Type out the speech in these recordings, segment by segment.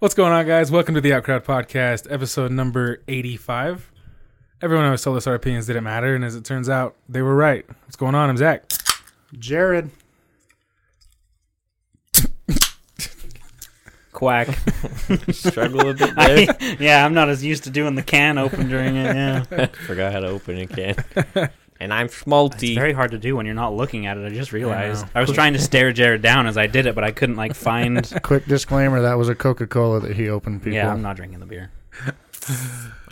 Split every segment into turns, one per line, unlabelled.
What's going on, guys? Welcome to the Outcrowd Podcast, episode number 85. Everyone always told us our opinions didn't matter, and as it turns out, they were right. What's going on? I'm Zach.
Jared.
Quack. Struggle a bit there.
I, yeah, I'm not as used to doing the can open during it. Yeah,
Forgot how to open a can. And I'm
it's
schmalty.
very hard to do when you're not looking at it. I just realized
know.
I, was trying to stare Jared down as I did it, but I couldn't like find.
Quick disclaimer: that was a Coca-Cola that he opened. People,
Yeah, I'm not drinking the beer.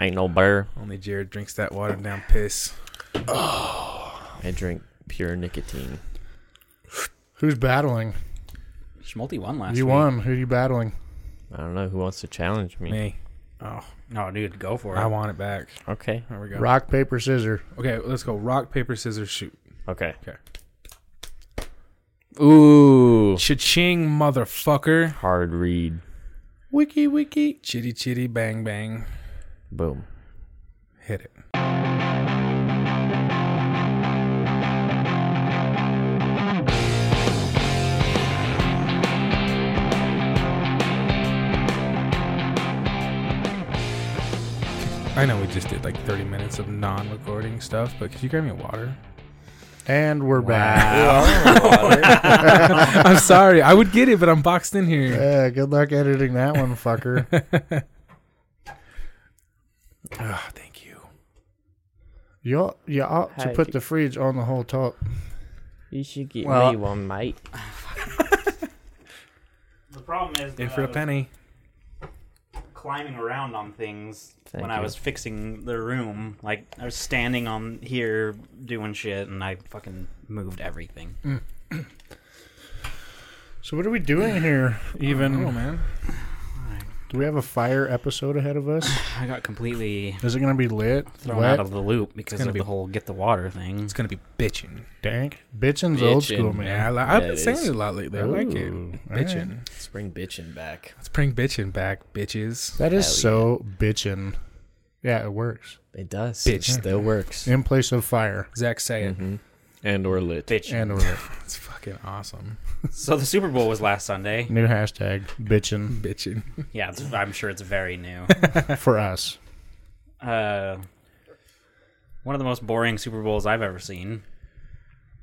Ain't no burr.
Only Jared drinks that watered down piss.
I drink pure nicotine.
who's battling?
Schmalti won last.
you
week.
won. Who are you battling?
I don't know who wants to challenge me.
Me.
No, dude, go for it.
I want it back.
Okay.
There we go.
Rock, paper, scissor.
Okay, let's go. Rock, paper, scissors, shoot.
Okay.
Okay.
Ooh.
Cha-ching, motherfucker.
Hard read.
Wiki, wiki. Chitty, chitty, bang, bang.
Boom.
Hit it. I know we just did like 30 minutes of non recording stuff, but could you grab me a water?
And we're back.
I'm sorry. I would get it, but I'm boxed in here.
Yeah, good luck editing that one, fucker.
Ah, thank you.
you ought, you ought to
Hi.
put the fridge on the whole top.
You should get
Well-
me one, mate.
The problem is
If for a penny.
climbing around on things
Thank
when I
you.
was fixing the room. Like I was standing on here doing shit, and I fucking moved everything.
So what are we doing here?
Even. Oh, man.
Do we have a fire episode ahead of us?
I got completely
Is it going to be lit,
thrown
wet,
out of the loop because
gonna
of
be-
the whole get the water thing.
It's going to be bitching.
dank? Bitchin's old
Bitchin'.
school, man.
Oh, Yeah, I li- I've
Yeah,
been
it
saying
is.
it a lot lately. I like it.
Ooh,
Bitchin'.
Let's bring bitchin' back.
Let's bring bitchin' back, bitches.
That is
Hell
so bitchin'. Yeah, it works.
It does. It
Bitchin'.
still works.
In place of fire
Zach, say it.
Mhm. And or lit.
Bitch.
and or lit.
It's fucking awesome.
So the Super Bowl was last Sunday.
New hashtag bitchin'
Bitchin'.
Yeah, it's- I'm sure it's very new.
for us.
Uh, one of the most boring Super Bowls I've ever seen.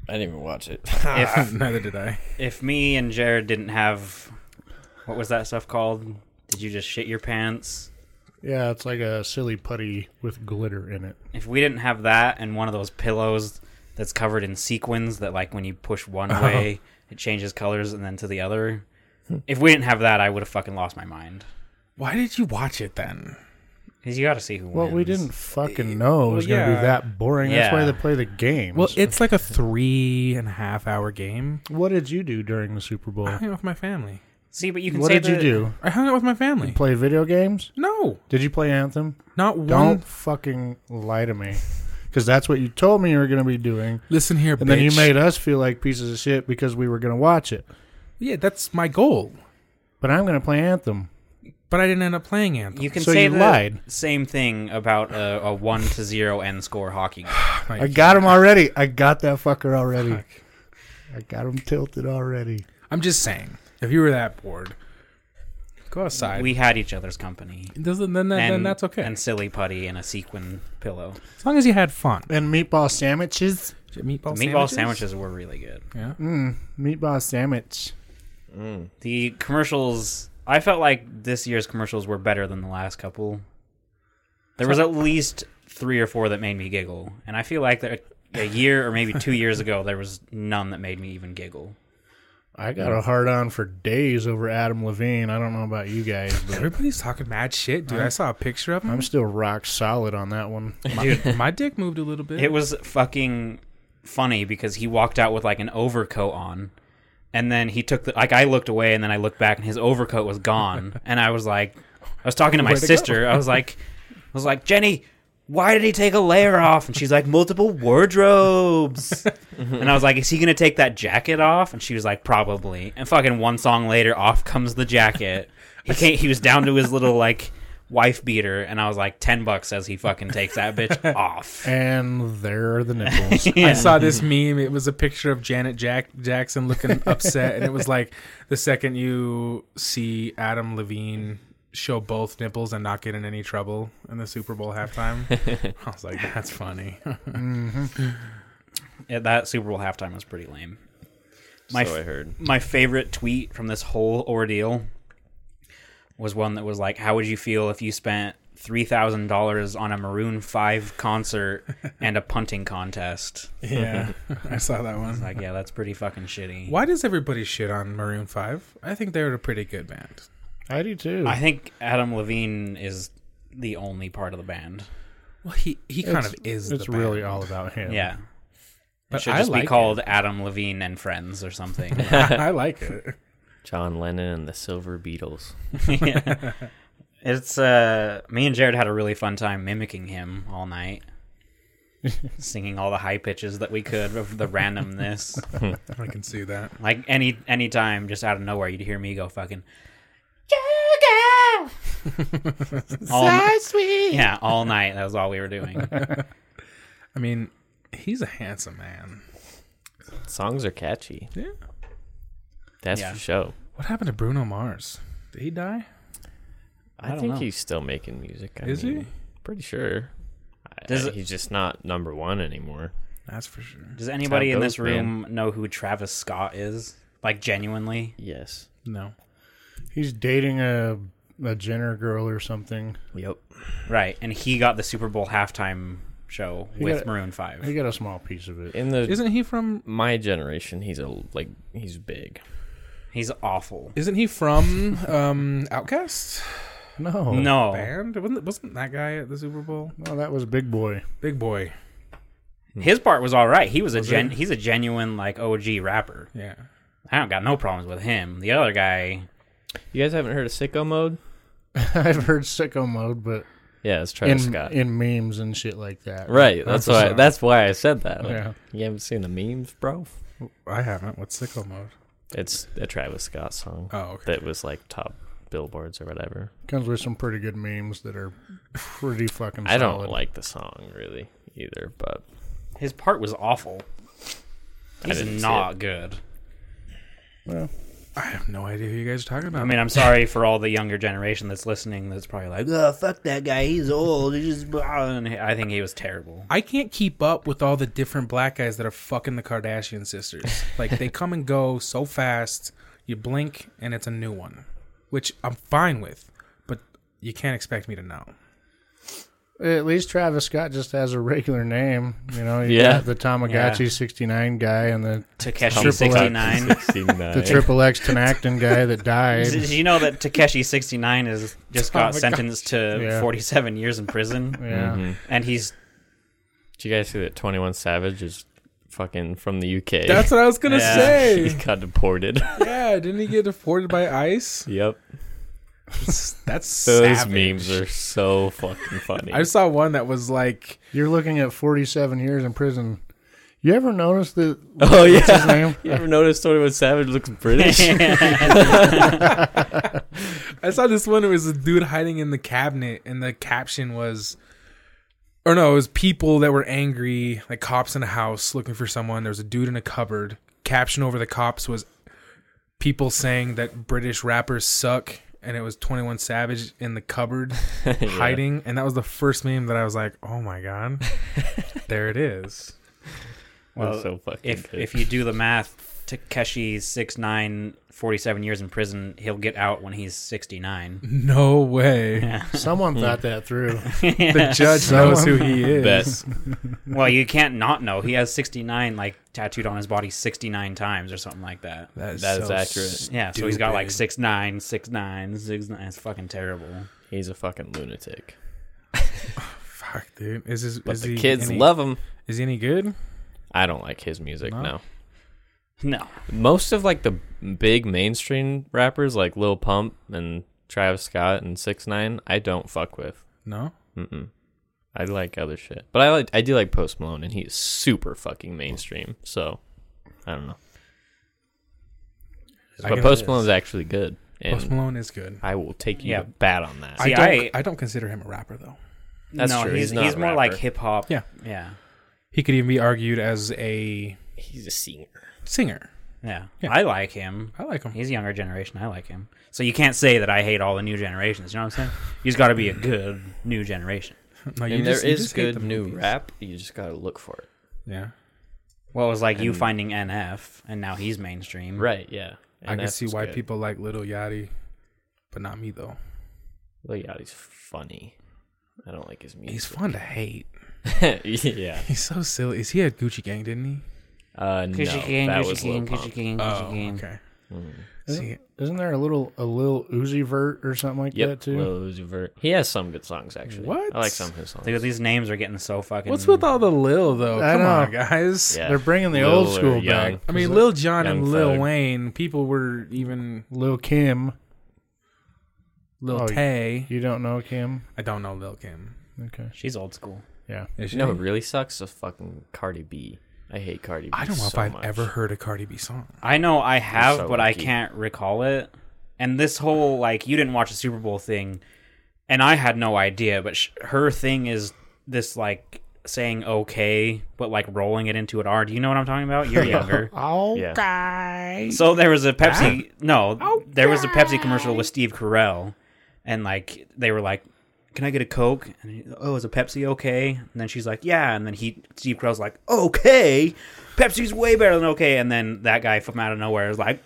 I didn't even watch it.
If
Neither did I.
if me and Jared didn't have what was that stuff called? Did you just shit your pants?
Yeah, it's like a silly putty with glitter in it.
If we didn't have that and one of those pillows that's covered in sequins that like when you push one
Oh.
way it changes colors and then to the other. If we didn't have that, I would have fucking lost my mind.
Why did you watch it then?
'Cause you got to see who
Well,
wins.
we didn't fucking know it was going to
yeah.
be that boring. That's why
Yeah.
they play the games.
Well, it's like a three and a half hour game.
what did you do during the Super Bowl?
I hung out with my family.
see, but you can
What
say
did you
that-
do?
I hung out with my family.
Play video games?
No,
Did you play Anthem?
not one.
Don't fucking lie to me. Because that's what you told me you were going to be doing.
Listen here,
And
bitch.
then you made us feel like pieces of shit because we were going to watch it.
yeah, that's my goal.
But I'm going to play Anthem.
But I didn't end up playing Anthem.
You can
So
say
you
the
lied.
same thing about a, a one to zero end score hockey. game.
I got him already. I got that fucker already.
Fuck.
I got him tilted already.
I'm just saying, if you were that bored, go outside.
We had each other's company.
Doesn't then, then, then that's okay.
And silly putty and a sequin pillow.
as long as you had fun.
And meatball sandwiches?
Meatball,
The meatball sandwiches were really good.
Yeah.
Mm, meatball sandwich.
The commercials, I felt like this year's commercials were better than the last couple. There was at least three or four that made me giggle, and I feel like that a year or maybe two years ago there was none that made me even giggle.
I got a hard on for days over Adam Levine. I don't know about you guys, but
Everybody's talking mad shit, dude. i saw a picture of him.
I'm still rock solid on that one.
my, my dick moved a little bit.
It was fucking funny because he walked out with like an overcoat on. And then he took the like I looked away and then I looked back and his overcoat was gone. and I was like I was talking to my
Where'd it
sister. I was like I was like, "Jenny, why did he take a layer off?" And she's like, "Multiple wardrobes." and I was like, "Is he going to take that jacket off?" And she was like, "Probably." And fucking one song later off comes the jacket. He can't, he was down to his little like wife beater and I was like 10 bucks as he fucking takes that bitch off.
And there are the nipples.
I saw this meme. It was a picture of Janet Jack Jackson looking upset, and it was like the second you see Adam Levine show both nipples and not get in any trouble in the Super Bowl halftime. I was like, that's funny.
Yeah, that Super Bowl halftime was pretty lame. My
so
f-
I heard.
my favorite tweet from this whole ordeal was one that was like, "How would you feel if you spent three thousand dollars on a Maroon Five concert and a punting contest?"
yeah, I saw that one.
Like, yeah, that's pretty fucking shitty.
Why does everybody shit on Maroon Five? I think they're a pretty good band.
I do too.
I think Adam Levine is the only part of the band.
Well, he he kind
It's-
of is.
It's
the
really
band.
all about him.
Yeah,
But
it should
I
just
like
be called Adam Levine and Friends or something.
It. I like it.
John Lennon and the Silver Beatles.
Yeah. It's uh me and Jared had a really fun time mimicking him all night. singing all the high pitches that we could of the randomness.
I can see that.
like any any time just out of nowhere you'd hear me go fucking Sugar all, So sweet. Yeah, all night. That was all we were doing.
I mean, he's a handsome man.
Songs are catchy.
Yeah.
That's
Yeah.
for sure.
What happened to Bruno Mars? Did he die?
I,
don't
think
know.
he's still making music. I
Is he?
mean, Pretty sure. I-
Does it-
he's just not number one anymore.
That's for sure.
Does anybody in
goes,
this room know who Travis Scott is? Like genuinely?
Yes.
No.
He's dating a a Jenner girl or something.
Yep.
Right. And he got the Super Bowl halftime show with
got-
Maroon
He
5.
got a small piece of it.
In the
Isn't he from?
my generation, he's a like he's big.
He's awful.
Isn't he from um Outcast
No,
no.
band? Wasn't wasn't that guy at the Super Bowl?
no, that was Big Boy.
Big boy.
His part was all right. He was a gen. He's a genuine like OG rapper.
Yeah.
I don't got no problems with him. The other guy,
You guys haven't heard of Sicko Mode?
I've heard sicko mode, but
Yeah, it's Travis
in
Scott.
in memes and shit like that.
right. That's
That's
why.
why-
That's why I said that. Like,
Yeah.
You haven't seen the memes, bro.
I haven't. What's sicko mode?
It's a Travis Scott song
Oh, okay.
that was like top billboards or whatever.
Comes with some pretty good memes that are pretty fucking.
I don't
solid.
like the song really either, but
his part was awful. He's
didn't see
not good.
Well,
I have no idea who you guys are talking about.
I mean, I'm sorry for all the younger generation that's listening. That's probably like, oh fuck that guy. He's old. He's just. blah," And I think he was terrible.
I can't keep up with all the different black guys that are fucking the Kardashian sisters. Like they come and go so fast. You blink and it's a new one, which I'm fine with, but you can't expect me to know.
at least Travis Scott just has a regular name. You know, you
Yeah.
got the Tamagotchi
Yeah.
'69 guy and the
Takeshi
Triple X.
69.
69.
the Triple X Tenactin guy that
Did
died.
you know that Takeshi 69 is just
Oh
got
my
sentenced to
Yeah.
47 years in prison,
Yeah,
Mhm.
and he's
Did you guys see that Twenty One Savage is fucking from the UK?
That's what I was gonna
Yeah.
he
say.
got deported.
yeah, didn't he get deported by ICE?
yep.
That's
Those
savage.
memes are so fucking funny.
I saw one that was like,
you're looking at 47 years in prison. You ever notice that?
oh
What's his
yeah.
name?
You ever noticed Twenty One Savage looks British?
I saw this one. It was a dude hiding in the cabinet, and the caption was, or no, it was people that were angry, like cops in a house looking for someone. There was a dude in a cupboard. Caption over the cops was people saying that British rappers suck, and it was Twenty One Savage in the cupboard hiding, and that was the first meme that I was like, oh my god, there it is.
That's so fucking
if
good.
if you do the math, Takeshi six nine forty seven years in prison. He'll get out when he's sixty nine.
No way.
Someone
Hmm.
thought that through.
The judge knows who he is.
Bet.
well, you can't not know. He has sixty nine like tattooed on his body sixty nine times or something like that.
That is,
That is
so
accurate.
Yeah, so he's got like
stupid.
six nine, six nine, six nine. It's fucking terrible.
He's a fucking lunatic.
Fuck, dude. Is his,
But
is
the
he
kids
any-
love him.
Is he any good?
I don't like his music.
No?
No?
No,
most of like the big mainstream rappers like Lil Pump and Travis Scott and Six Nine, I don't fuck with.
No.
Mm-mm. I like other shit, but I like I do like Post Malone, and he is super fucking mainstream. So I don't know,
I
but
guess it
Post
is.
Malone is actually good, and
Post Malone is good.
I will take you
Yeah.
to bat on that.
See,
I, don't,
I-
I don't consider him a rapper though.
That's
no,
true.
He's
He's not
he's
a
more like
rapper.
hip hop.
Yeah.
yeah.
He could even be argued as a
He's a singer.
singer.
Yeah. I like him.
I like him.
He's a younger generation. I like him. So you can't say that I hate all the new generations. You know what I'm saying? He's got to be a good new generation.
No,
And
just-
there is
just hate
good
the
new
movies.
rap. You just gotta look for it.
Yeah,
Well, it was like you finding NF, and now he's mainstream.
Right? Yeah.
I
And
can
that's
see why
good.
people like Little Yachty, but not me though.
Lil Yachty's funny. I don't like his music.
He's fun to hate.
yeah.
He's so silly. Is he at Gucci Gang? Didn't he?
Uh, no,
Gucci gang,
that
Gucci
was
gang,
Lil
Gucci
Pump.
gang,
Oh,
Gucci
Mm.
gang.
okay. See,
Isn't, isn't there a little a little Uzi Vert or something like that
Yep,
too?
Lil Uzi Vert. He has some good songs actually.
What?
I like some of his songs.
Dude, these names are getting so fucking.
what's with all the Lil though?
I
Come on,
know.
guys.
mm. Yeah.
They're bringing the old
Lil or
school
Young.
back.
I mean, Lil Jon
Young
and Lil
Thug.
Wayne. People were even
Lil Kim.
Lil
Oh,
Tay.
You don't know Kim?
I don't know Lil Kim.
Okay.
She's old school.
Yeah.
Is she?
You know, what really sucks is fucking Cardi B. I hate Cardi B.
I don't know if
so
I've
much.
ever heard a Cardi B song.
I know I have,
so
but I
lucky.
can't recall it. And this whole like you didn't watch the Super Bowl thing, and I had no idea. But sh- her thing is this like saying okay, but like rolling it into an R. Do you know what I'm talking about? You're younger.
Oh.
Yeah.
so there was a Pepsi. No, there was a Pepsi commercial with Steve Carell, and like they were like. Can I get a Coke? And he, oh, is a Pepsi okay? And then she's like, yeah. And then he, Steve Carell's like, okay, Pepsi's way better than okay. And then that guy from out of nowhere is like,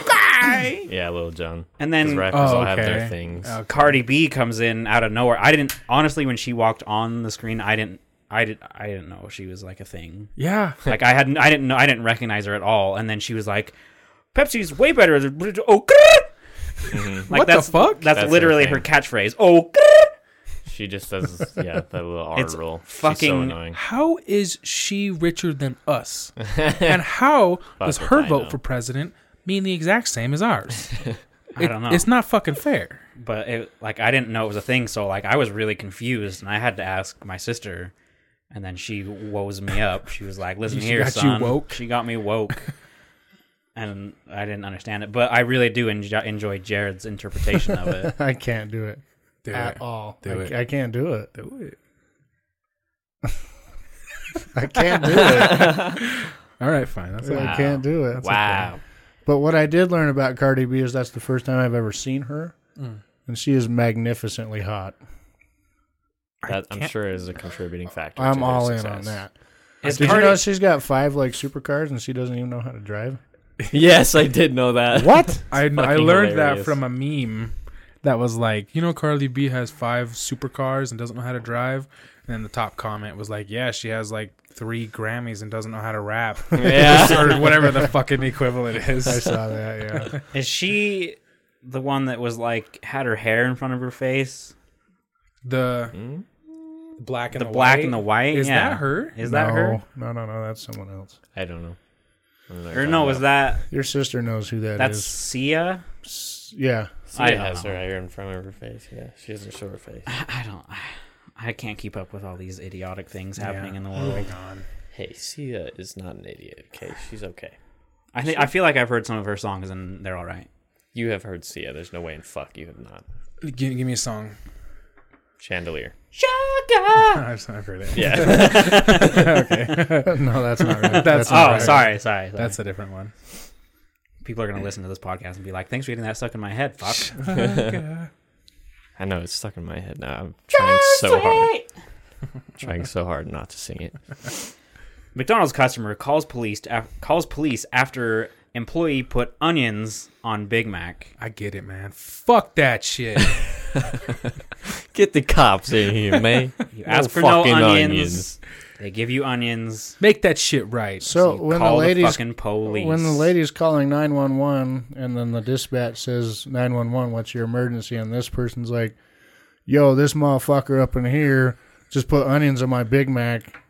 okay.
Yeah, Lil Jon.
And
'Cause
then uh,
rappers all have their things.
Oh, Okay.
Cardi B comes in out of nowhere. I didn't honestly when she walked on the screen, I didn't I did I didn't know she was like a thing.
Yeah.
Like I hadn't I didn't know I didn't recognize her at all. And then she was like, Pepsi's way better than oh grr." like
What the
that's,
fuck?
That's,
Mm-hmm. That's her
literally her,
thing.
catchphrase. Oh grr."
She just does, yeah, that little R
It's
roll. She's so
fucking-
annoying.
How is she richer than us? and how does
if
her
I
vote
know.
for president mean the exact same as ours?
I don't know.
It's not fucking fair.
but it, like I didn't know it was a thing, so like I was really confused and I had to ask my sister and then she woes me up. She was like, Listen
She
here,
got you
son.
woke?
She got me woke. and I didn't understand it. But I really do enjo- enjoy Jared's interpretation of it.
I can't do it
Dude.
at all.
Do
I,
it.
I can't do it.
Do it.
I can't do it.
All right, fine. That's
I
it.
can't do it.
wow.
But what I did learn about Cardi B is that's the first time I've ever seen her,
Mm.
and she is magnificently hot.
That,
I
I'm
can't-
sure is a contributing factor. to
I'm
their
all in
success.
on that.
Is
Did
Cardi-
you know she's got five like supercars and she doesn't even know how to drive?
Yes, I did know that.
What?
I, I
fucking
learned that
hilarious.
from a meme that was like, you know, Carly B has five supercars and doesn't know how to drive. And then the top comment was like, yeah, she has like three Grammys and doesn't know how to rap.
Yeah.
or whatever the fucking equivalent
I
is.
saw that. Yeah.
is she the one that was like had her hair in front of her face?
The black and
The,
the,
black
white.
and the white?
Is
Yeah.
that her?
Is that
no,
her?
No, no, no. That's someone else.
I don't know. I don't know what
Or
you're
no,
talking
was
about.
that
Your sister knows who that
that's
is.
Sia?
S- Yeah.
Sia
I don't
has
know.
her hair in front of her face. Yeah, she has a short face.
I don't I can't keep up with all these idiotic things
Yeah. Oh
happening in the world.
Moving on.
Hey, Sia is not an idiot. Okay, she's okay.
I think I feel like I've heard some of her songs and they're all right.
You have heard Sia. There's no way in fuck you have not.
Give, give me a song.
Chandelier.
I've, I've heard it.
Yeah.
no, that's not right.
That's
that's
Oh,
not
sorry,
right.
sorry. sorry.
That's a different one.
People are gonna listen to this podcast and be like, "Thanks for getting that stuck in my head." Fuck.
I know it's stuck in my head now. I'm trying so hard. trying so hard not to sing it.
McDonald's customer calls police af- calls police after employee put onions on Big Mac.
I get it, man. Fuck that shit.
Get the cops in here, man.
You ask for no onions, They give you onions.
Make that shit right.
So when the
Call the
ladies
fucking police.
when the lady's calling 911 and then the dispatch says 911 what's your emergency and this person's like yo this motherfucker up in here just put onions on my big mac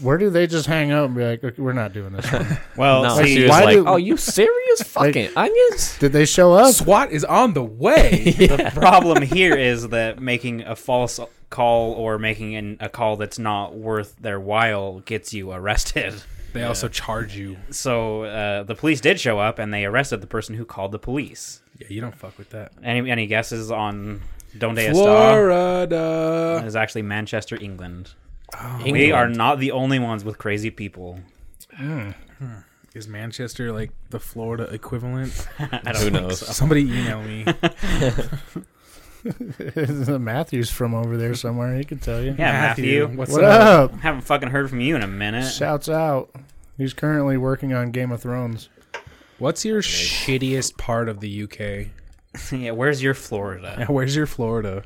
where do they just hang up and be like okay, we're not doing this one?
well,
No,
see,
she was
why
like,
do-
"Oh, you serious? Fucking onions?
did they show up
SWAT is on the way.
the problem here is that making a false call or making an, a call that's not worth their while gets you arrested.
They also charge you.
So uh, the police did show up and they arrested the person who called the police.
Yeah, you don't fuck with that.
Any any guesses on Donde Está?
Florida.
Is actually Manchester, England.
Oh.
England.
We are not the only ones with crazy people.
Is Manchester like the Florida equivalent?
I don't
Who
think
knows?
so.
Somebody email me.
Matthew's from over there somewhere. He could tell you.
Yeah, uh, Matthew.
What's
what
up?
up?
Haven't fucking heard from you in a minute.
Shouts out. He's currently working on Game of Thrones.
What's your shittiest part of the UK?
yeah, where's your Florida?
Yeah, Where's your Florida?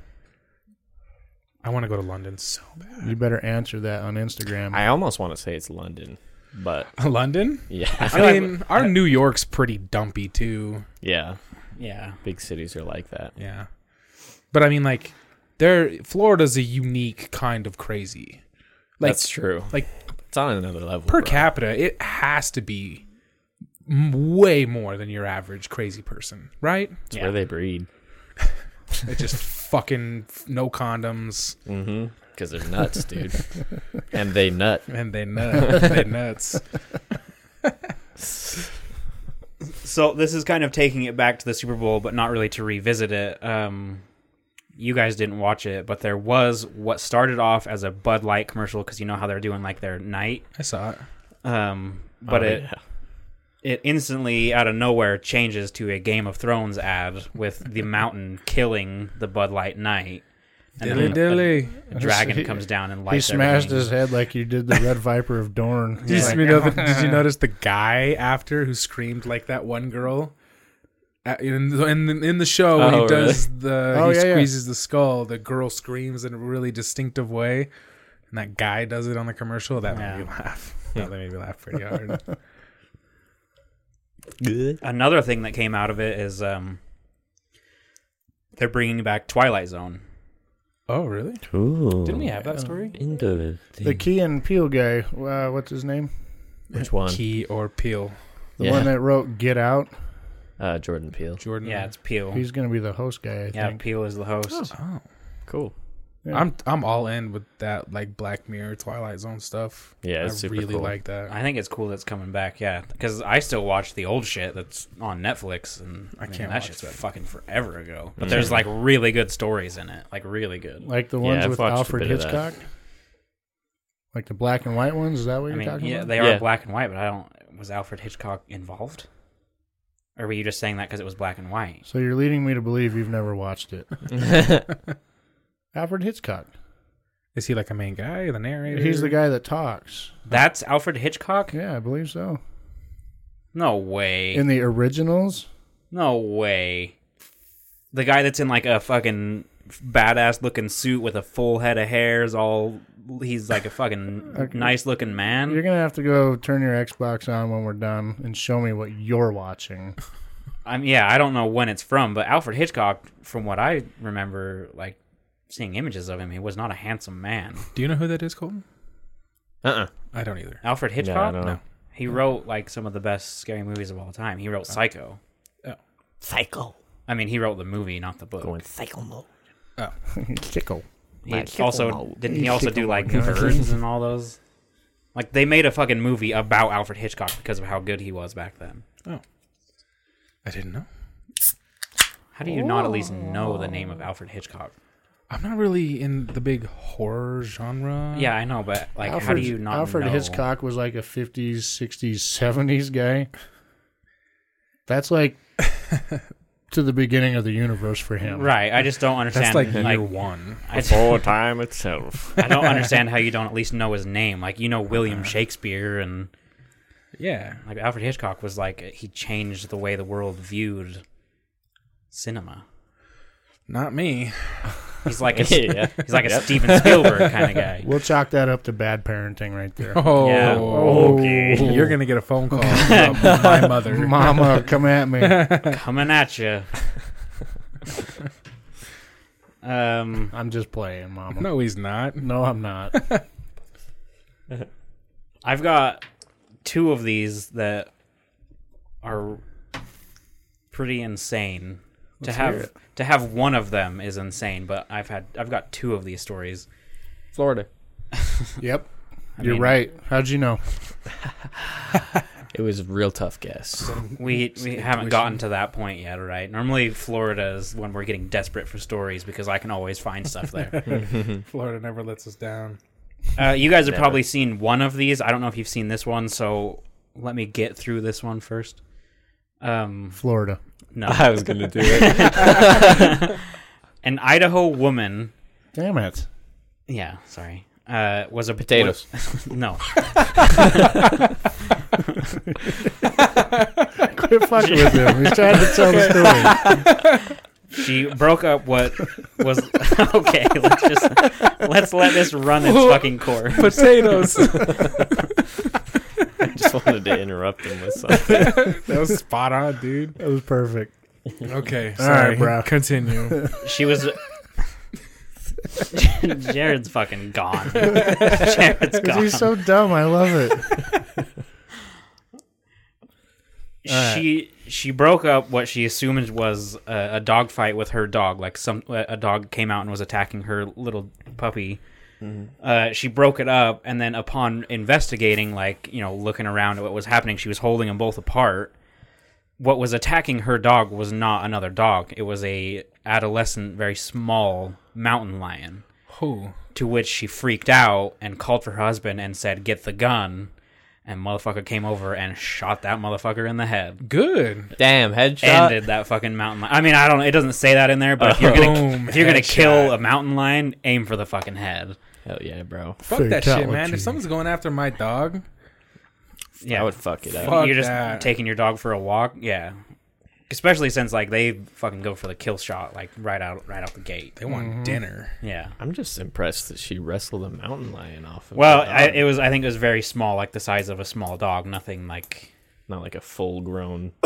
I want to go to London so bad.
You better answer that on Instagram.
I almost want to say it's London, but
London?
yeah,
I, mean, our New York's pretty dumpy too.
yeah,
Yeah.
big cities are like that.
Yeah, but I mean, like, there Florida's a unique kind of crazy. Like,
That's true.
like
It's on another level.
per
bro.
capita, it has to be m- way more than your average crazy person, right?
it's
Yeah.
where they breed.
It just fucking f- no condoms
Mm-hmm. Because they're nuts, dude, and they nut.
and they nut, they nuts.
So this is kind of taking it back to the Super Bowl, but not really to revisit it. Um, you guys didn't watch it, but there was what started off as a Bud Light commercial because you know how they're doing like their night.
I saw it.
Um, but
Oh,
it
yeah.
it instantly out of nowhere changes to a Game of Thrones ad with the mountain killing the Bud Light Knight, and
Dilly
then a-
dilly.
a, dragon comes down and
he
lights.
smashed
everything.
his head like you did the Red Viper of Dorne.
Did,
Like,
you, know the- did you notice the guy after who screamed like that one girl? At- In the, in, the, in the show, when
Oh,
he does the
Oh,
he
yeah, yeah.
squeezes the skull, the girl screams in a really distinctive way, and that guy does it on the commercial. That
Yeah.
made me laugh. That made me laugh pretty hard.
Another thing that came out of it is um, they're bringing back Twilight Zone.
oh, really?
Ooh.
Didn't
Oh,
we have that story?
Into
the Key and Peele guy. Uh, what's his name?
Which one?
Key or Peel?
The
Yeah.
one that wrote Get Out.
Uh, Jordan Peele.
Jordan.
Yeah, it's Peel.
Mm. He's going to be the host guy, I
yeah,
think.
Peel is the host.
Oh,
Cool.
Yeah.
I'm I'm all in with that like Black Mirror, Twilight Zone stuff.
Yeah, it's
I
super
really
cool.
like that.
I think it's cool that's coming back. Yeah, because I still watch the old shit that's on Netflix, and I
can't
can't. That
watch
shit's fucking forever ago. But there's like really good stories in it, like really good.
Like the
Yeah,
ones
I've
with
watched a
Alfred
bit of that.
Hitchcock? Like the black and white ones? Is that what
I
you're
mean,
talking
yeah,
about?
they are
Yeah.
black and white, but I don't. Was Alfred Hitchcock involved? Or were you just saying that because it was black and white?
So you're leading me to believe you've never watched it.
Uh-uh.
Alfred Hitchcock.
Is he like a main guy, the narrator?
He's the guy that talks.
That's Alfred Hitchcock.
Yeah, I believe so.
No way.
In the originals?
No way. The guy that's in like a fucking badass looking suit with a full head of hair is all. He's like a fucking nice looking man.
You're gonna have to go turn your Xbox on when we're done and show me what you're watching.
I mean, yeah, I don't know when it's from, but Alfred Hitchcock, from what I remember, like seeing images of him, he was not a handsome man.
Do you know who that is, Colton?
Uh-uh.
I don't either.
Alfred
Yeah, I
Hitchcock,
don't know.
he wrote like some of the best scary movies of all time. He
Oh.
wrote Psycho.
Psycho.
I mean, he wrote the movie, not the book.
Going
Psycho mode.
Tickle.
he
like,
also
Hitchcock.
didn't he also do like The Birds and all those. Like they made a fucking movie about Alfred Hitchcock because of how good he was back then.
I didn't know.
How do you not at least know the name of Alfred Hitchcock?
I'm not really in the big horror genre.
Yeah, I know, but like, how do
Alfred-
you not
Alfred
know?
Hitchcock was like a 50s, 60s, 70s guy. That's like to the beginning of the universe for him.
Right, I just don't understand.
that's like year
like
one.
I just-
Full time itself.
I don't understand how you don't at least know his name. Like you know
Uh-huh.
William Shakespeare and
Yeah,
like Alfred Hitchcock was like he changed the way the world viewed cinema.
not me.
He's like a
yeah.
he's like a Steven Spielberg kind of guy.
We'll chalk that up to bad parenting right there.
Oh,
Yeah.
okay. You're gonna get a phone call from my mother.
Mama, come at me.
Coming at you. Um,
I'm just playing, Mama.
No, he's not.
No, I'm not.
I've got two of these that are pretty insane. to have to have one of them is insane, but I've had I've got two of these stories.
Florida.
Yep. You're
mean-
right. How'd you know?
It was a real tough guess.
We we haven't gotten to that point yet, right? Normally, Florida is when we're getting desperate for stories because I can always find stuff there.
Florida never lets us down.
uh, you guys have probably seen one of these. I don't know if you've seen this one. So let me get through this one first. Um,
Florida.
no,
I was gonna do it.
an Idaho woman.
Damn it.
Yeah, sorry. Uh, was a
Potatoes.
was- no,
Quit fucking with him. He's trying to tell the story.
she broke up what was okay. Let's just let's let this run its fucking course.
Potatoes. that
I just wanted to interrupt him with something.
was spot on, dude.
That was perfect.
Okay,
All
sorry,
right, bro.
Continue.
She was. Jared's fucking gone. Jared's
Because
gone.
he's so dumb. I love it.
she she broke up what she assumed was a, a dog fight with her dog. Like some a dog came out and was attacking her little puppy. Uh, she broke it up, and then upon investigating, like you know, looking around at what was happening, she was holding them both apart. What was attacking her dog was not another dog; it was a adolescent, very small mountain lion.
oh,
To which she freaked out and called for her husband and said, "Get the gun." And motherfucker came over and shot that motherfucker in the head
good.
Damn, headshot.
ended that fucking mountain lion. I mean, I don't. It doesn't say that in there, but if you're gonna
Boom,
if you're gonna
headshot.
kill a mountain lion, aim for the fucking head.
Hell yeah, bro.
Fuck that shit, man.
Fatality.
If someone's going after my dog,
Yeah,
I would fuck it up.
Fuck
you're just
that.
taking your dog for a walk. Yeah, especially since like they fucking go for the kill shot like right out right out the gate.
they want dinner.
Yeah.
I'm just impressed that she wrestled a mountain lion off. Of
Well,
her
I,
dog.
it was. I think it was very small, like the size of a small dog. Nothing like
not like a full-grown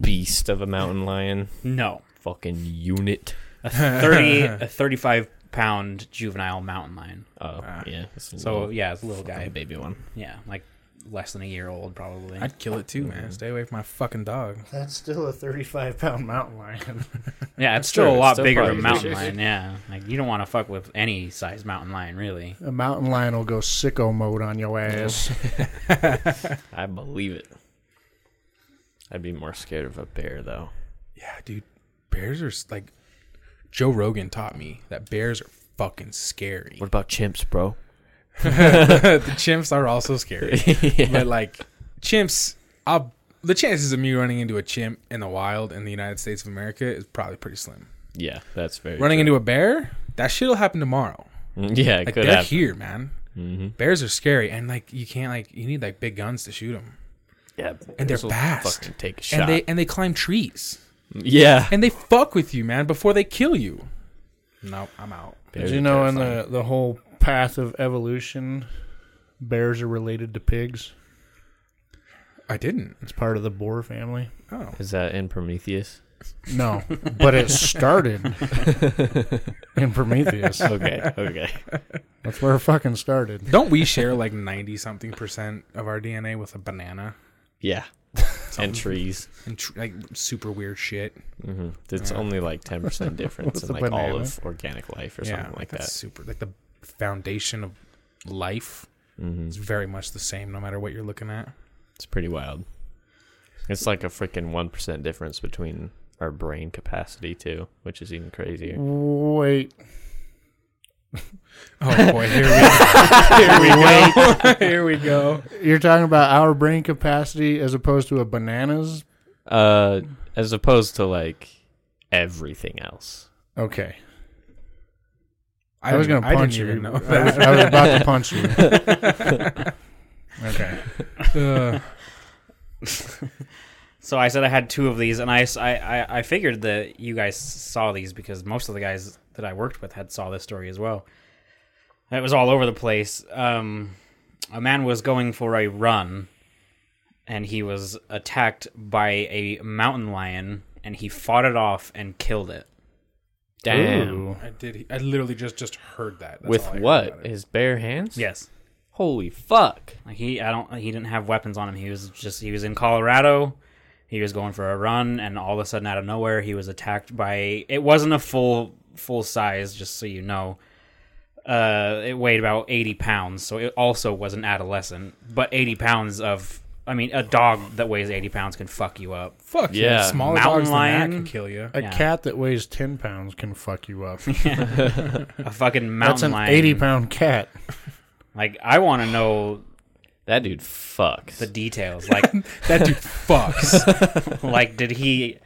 beast of a mountain lion.
no
Fucking unit.
thirty a thirty five pound juvenile mountain lion.
Oh yeah. that's a
Ah. So
little-
yeah, it's a little
a
guy.
baby one.
Yeah, like less than a year old probably.
I'd kill it too, man. Stay away from my fucking dog.
That's still a 35 pound mountain lion.
Yeah, it's
Sure,
still a
it's
lot
still
bigger
probably
than mountain
easier.
lion. Yeah, like you don't want to fuck with any size mountain lion, really.
A mountain lion will go sicko mode on your ass.
I believe it. I'd be more scared of a bear though.
Yeah, dude. Bears are s- like Joe Rogan taught me that bears are fucking scary.
What about chimps, bro?
the chimps are also scary. But like chimps, I'll, the chances of me running into a chimp in the wild in the United States of America is probably pretty slim.
Yeah, that's very
Running
true.
into a bear, that shit'll happen tomorrow.
into yeah, it
Like
could
they're
have.
here, man. Bears are scary, and like you can't like you need like big guns to shoot them,
Yeah,
and they're
bears will
fast.
Fucking take a
and
shot.
they and they climb trees,
yeah,
and they fuck with you, man, before they kill you. No, I'm out.
Did
Bears
you
are
know in
terrifying.
the, the whole path of evolution, bears are related to pigs?
I didn't.
It's part of the boar family.
Oh,
is that in Prometheus?
No, but it started in Prometheus.
Okay, okay.
That's where it fucking started.
don't we share like ninety something percent of our DNA with a banana
Yeah, and trees.
and tr- like super weird shit?
hmm It's only like ten percent difference
What's
in
a
like all
banana?
of organic life or something like
that's
that.
Super, like the foundation of life
hmm
is very much the same, no matter what you're looking at.
It's pretty wild. It's like a freaking one percent difference between our brain capacity too, which is even crazier.
Wait.
Oh boy, here we, here we go. here we go.
You're talking about our brain capacity as opposed to a banana's?
Uh, as opposed to like everything else.
Okay.
I,
I, was going
didn't-
to
I didn't
punch you.
even know
I, was, I was about to punch you. okay.
that.
So I said I had two of these, and I, s- I- I- I figured that you guys saw these because most of the guys that I worked with had saw this story as well. It was all over the place. Um, a man was going for a run, and he was attacked by a mountain lion, and he fought it off and killed it.
Damn.
Ooh.
I did. I literally just just heard that. That's
With
all I heard
what?
about it.
His bare hands?
Yes.
Holy fuck.
Like he, I don't. He didn't have weapons on him. He was just. He was in Colorado. He was going for a run, and all of a sudden, out of nowhere, he was attacked by. It wasn't a full full size, just so you know. Uh, it weighed about eighty pounds, so it also was an adolescent. But eighty pounds of, I mean, a dog that weighs eighty pounds can fuck you up.
Fuck yeah!
Yeah.
Smaller
Mountain
dogs than
lion?
that can kill you.
A
Yeah.
cat that weighs 10 pounds can fuck you up.
A fucking mountain
That's an
lion.
80 pound cat.
Like I want to know.
That dude fucks.
the details. Like,
That dude fucks.
like did he?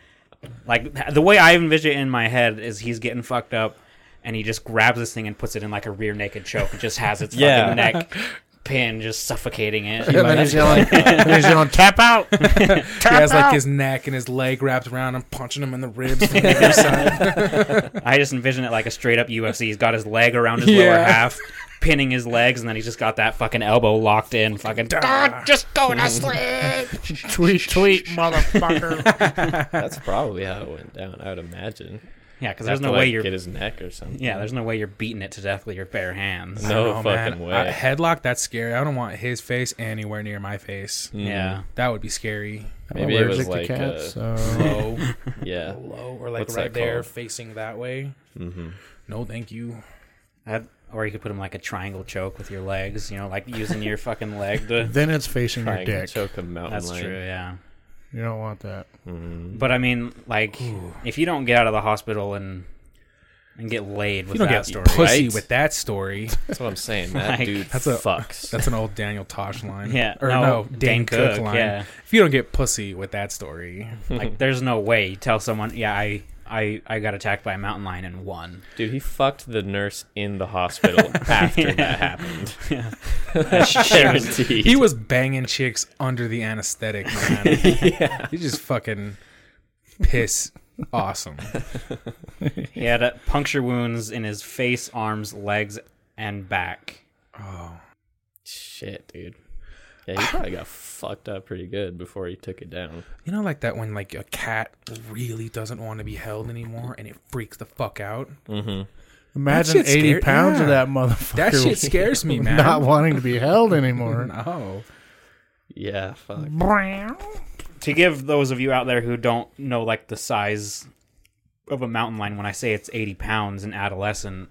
Like the way I envision it in my head is he's getting fucked up, and he just grabs this thing and puts it in like a rear naked choke and just has its
Yeah.
fucking neck pin just suffocating it.
And then he's yelling, and he's yelling, tap out.
he has like his neck and his leg wrapped around him, punching him in the ribs from the other side.
I just envision it like a straight up UFC. He's got his leg around his lower
Yeah.
half, pinning his legs, and then he's just got that fucking elbow locked in. Fucking "God, just going to sleep.
tweet, tweet, motherfucker.
That's probably how it went down. I would imagine.
Yeah, because there's
Have to,
no way
like,
you're.
get his neck or something.
Yeah, there's no way you're beating it to death with your bare hands.
no
Oh, man.
fucking way.
A headlock, that's scary. I don't want his face anywhere near my face.
Mm.
Yeah,
That would be scary.
Maybe it was like, uh,
so.
Low,
yeah.
low, or like
What's
right
that
there,
called?
facing that way.
Mm-hmm.
No, thank you.
I'd- or you could put him like a triangle choke with your legs. You know, like using your fucking leg to.
Then it's facing your
Trying to
dick.
choke a mountain
That's
lion.
true. Yeah.
You don't want that.
Mhm.
But I mean, like, if you don't get out of the hospital and and get laid with
You don't
that
get
story,
pussy
right?
with that story.
That's what I'm saying. That
Like-
dude
That's a-
fucks.
That's an old Daniel Tosh line.
Yeah,
Or
no,
no, Dan
Dane
Cook,
Cook,
line.
yeah.
If you don't get pussy with that story,
Like, there's no way you tell someone, yeah, I, I, I got attacked by a mountain lion and won.
dude, he fucked the nurse in the hospital after that happened. Guaranteed.
he was banging chicks under the anesthetic, man. yeah. He just fucking piss awesome.
He had uh, puncture wounds in his face, arms, legs, and back.
Oh.
Shit, dude. Yeah, he probably got fucked up pretty good before he took it down.
You know, like that when like a cat really doesn't want to be held anymore and it freaks the fuck out.
Imagine
shit's
80
scary.
pounds of
Yeah.
that motherfucker.
That shit scares me, man.
Not wanting to be held anymore.
no.
Yeah, fuck.
To give those of you out there who don't know, like the size of a mountain lion, when I say it's 80 pounds, an adolescent,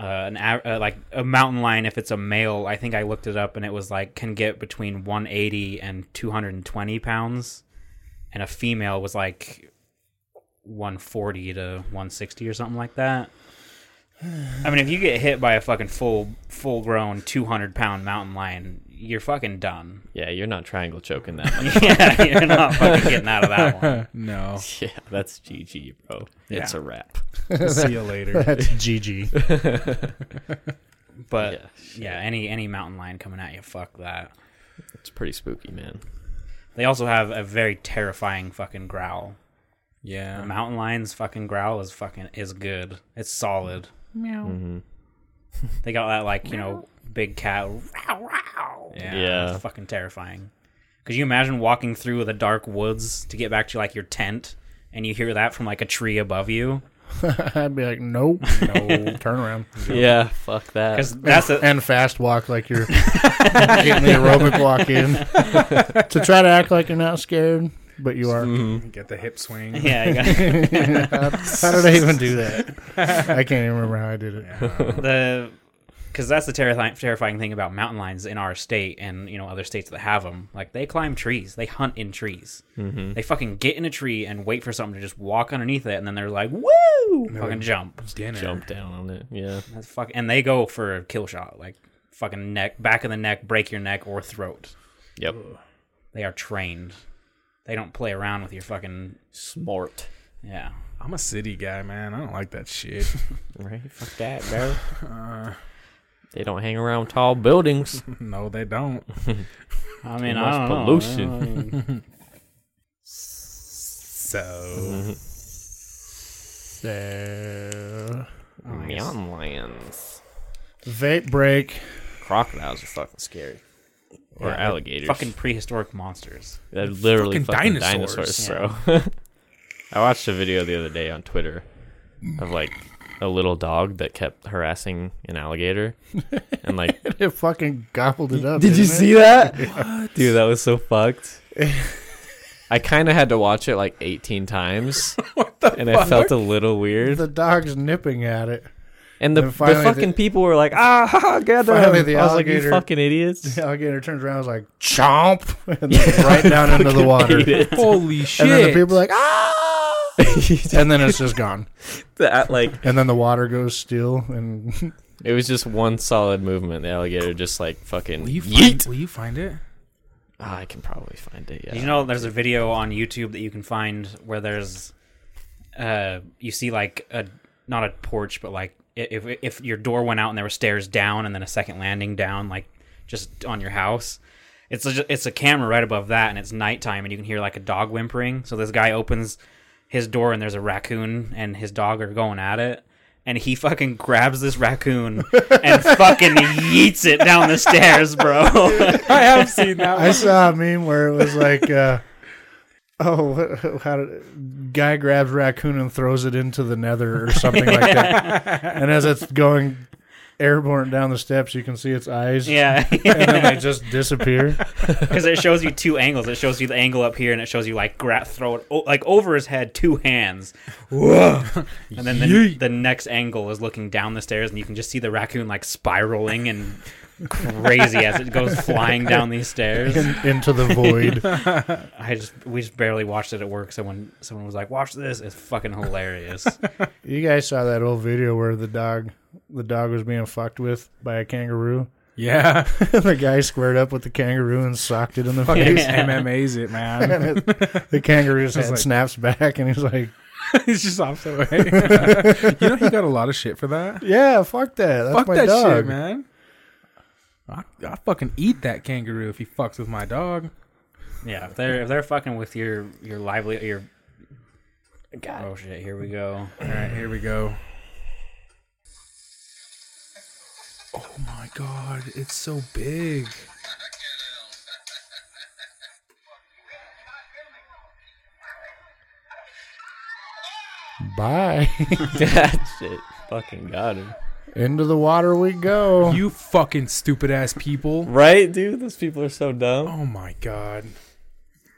uh, an a- uh, like a mountain lion, if it's a male, I think I looked it up and it was like can get between 180 and 220 pounds, and a female was like 140 to 160 or something like that. I mean, if you get hit by a fucking full full grown 200 pound mountain lion, you're fucking done.
Yeah, you're not triangle choking that much.
yeah, you're not fucking getting out of that one.
No.
yeah, that's GG, bro. It's
Yeah.
a wrap.
See you later.
That's GG.
But
Yeah,
yeah, any any mountain lion coming at you, fuck that.
It's pretty spooky, man.
They also have a very terrifying fucking growl.
Yeah.
A mountain lion's fucking growl is fucking is good. It's solid.
Mm-hmm.
Meow. They got that like you know big cat. Row, row.
Yeah.
It's fucking terrifying. Could you imagine walking through the dark woods to get back to like your tent, and you hear that from like a tree above you?
I'd be like, nope, no, turn around
Yeah, fuck that.
Because that's a,
and fast walk like you're getting the aerobic walk in to try to act like you're not scared, but you are.
Get the hip swing.
yeah. You got,
How did I even do that? I can't even remember how I did it.
the because that's the terrifying terrifying thing about mountain lions in our state and you know other states that have them like they climb trees they hunt in trees
Mm-hmm.
they fucking get in a tree and wait for something to just walk underneath it and then they're like woo fucking jump
Dinner.
Jump down on it. Yeah.
that's fuck and they go for a kill shot like fucking neck back of the neck break your neck or throat
Yep.
they are trained they don't play around with your fucking
Smart.
yeah
I'm a city guy, man. I don't like that shit.
Right? Fuck that, bro. they don't hang around tall buildings.
no, they don't.
I mean,
much
I don't know.
pollution.
I mean,
So
So,
Mountain lions.
vape break.
Crocodiles are fucking scary. Or
Yeah.
alligators.
fucking prehistoric monsters.
They're literally
Fucking
fucking,
dinosaurs.
dinosaurs, bro. I watched a video the other day on Twitter of like a little dog that kept harassing an alligator, and like,
It fucking gobbled it up.
did you
didn't it?
see that, dude? That was so fucked. I kind of had to watch it like 18 times, and I felt a little weird.
The dog's nipping at it.
And the,
And
the
finally
fucking
the-
people were like, ah, ha, ha, get them.
Finally the
I was like, you
alligator-
fucking idiots.
The alligator turns around, and is like chomp, and then right down into the water.
Ate
And
it.
holy shit.
then the people are like ah, and then it's just gone.
That, like,
And then the water goes still, and
It was just one solid movement. The alligator just like fucking
Will you
yeet.
find, will you find it?
Ah, I can probably find it. Yeah.
Did you know there's a video on YouTube that you can find where there's, uh, you see like a not a porch, but like i- if if your door went out and there were stairs down and then a second landing down, like just on your house. It's a, it's a camera right above that, and it's nighttime, and you can hear like a dog whimpering. So this guy opens his door, and there's a raccoon and his dog are going at it, and he fucking grabs this raccoon and fucking yeets it down the stairs, bro.
I have seen that.
I saw a meme where it was like, uh, oh, what, how did, guy grabs raccoon and throws it into the nether or something like that. And as it's going airborne down the steps, you can see its eyes.
yeah.
And then they just disappear.
because it shows you two angles. It shows you the angle up here, and it shows you like gra- throw it o- like over his head, two hands, Whoa. and then the,
Yeet.
the next angle is looking down the stairs, and you can just see the raccoon like spiraling and crazy as it goes flying down these stairs.
In, into the void.
I just we just barely watched it at work. Someone someone was like, "Watch this! It's fucking hilarious."
You guys saw that old video where the dog, the dog was being fucked with by a kangaroo.
yeah,
the guy squared up with the kangaroo and socked it in the
fucking
face.
MMA's it, man.
And it, the kangaroo's head
like-
snaps back, and he's like,
He's just off the way. you know he got a lot of shit for that.
"Yeah, fuck that. That's
Fuck
my
that
dog,
shit, man. I, I fucking eat that kangaroo if he fucks with my dog.
yeah, if they're if they're fucking with your your lively your oh shit, here we go.
All right, here we go. Oh my god, it's so big.
Bye.
that shit fucking got him.
Into the water we go.
You fucking stupid ass people.
Right, dude? Those people are so dumb.
Oh my god.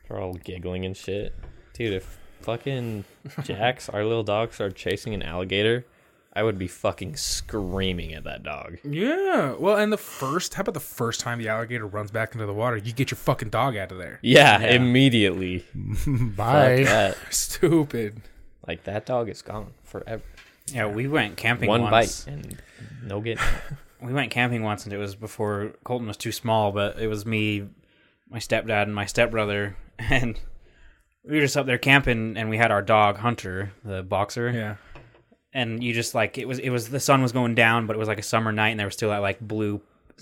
They're all giggling and shit. Dude, if fucking Jax, our little dog, started chasing an alligator, I would be fucking screaming at that dog.
Yeah. Well, and the first, how about the first time the alligator runs back into the water? You get your fucking dog out of there.
Yeah, immediately. Fuck
Bye.
that.
Stupid.
Like that dog is gone forever.
Yeah, we went camping
One
once.
bite and no getting.
we went camping once and it was before Colton was too small, but it was me, my stepdad, and my stepbrother, and we were just up there camping and we had our dog Hunter, the boxer,
Yeah.
and you just like it was it was the sun was going down, but it was like a summer night and there was still that like blue,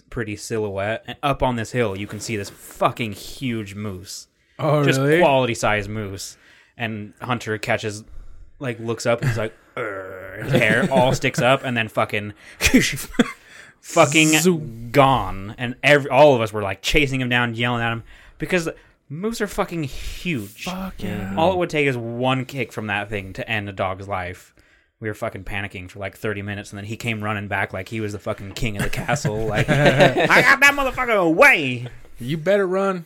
pretty silhouette, and up on this hill you can see this fucking huge moose,
Oh,
just
really?
quality size moose, and Hunter catches, like looks up and he's like. "Arr," His hair all sticks up and then fucking fucking
Zoom.
gone, and every all of us were like chasing him down, yelling at him because moose are fucking huge.
Fuck yeah.
All it would take is one kick from that thing to end a dog's life. We were fucking panicking for like 30 minutes, and then he came running back like he was the fucking king of the castle. Like, I got that motherfucker away.
You better run.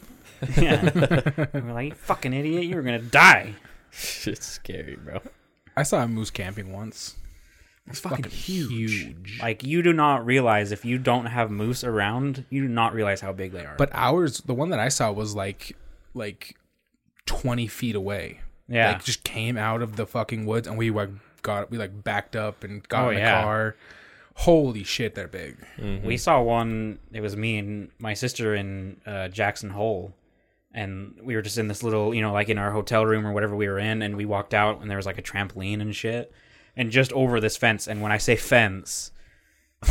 Yeah. we were like, you fucking idiot, you were gonna die.
Shit's scary, bro.
I saw a moose camping once. It's fucking, huge.
Like, you do not realize if you don't have moose around, you do not realize how big they are.
But ours, the one that I saw was like, like, twenty feet away.
Yeah.
like just came out of the fucking woods, and we like got we like backed up and got
Oh,
in the
yeah.
car. Holy shit, they're big.
We saw one. It was me and my sister in uh, Jackson Hole, and we were just in this little, you know, like in our hotel room or whatever we were in, and we walked out, and there was like a trampoline and shit, and just over this fence. And when I say fence,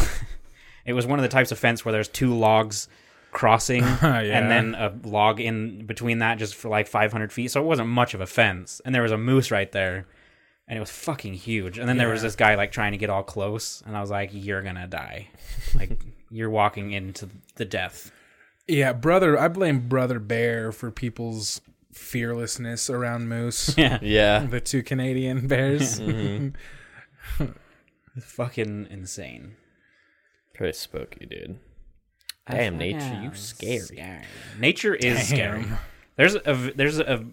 it was one of the types of fence where there's two logs crossing,
Yeah.
and then a log in between that, just for like 500 feet. So it wasn't much of a fence, and there was a moose right there. And it was fucking huge. And then there was this guy like trying to get all close, and I was like, "You're gonna die." like you're walking into the death.
Yeah, brother. I blame brother bear for people's fearlessness around moose.
Yeah.
the two Canadian bears.
Fucking insane.
Pretty spooky, dude. Damn, nature, you scary.
Nature is scary. There's a v- there's a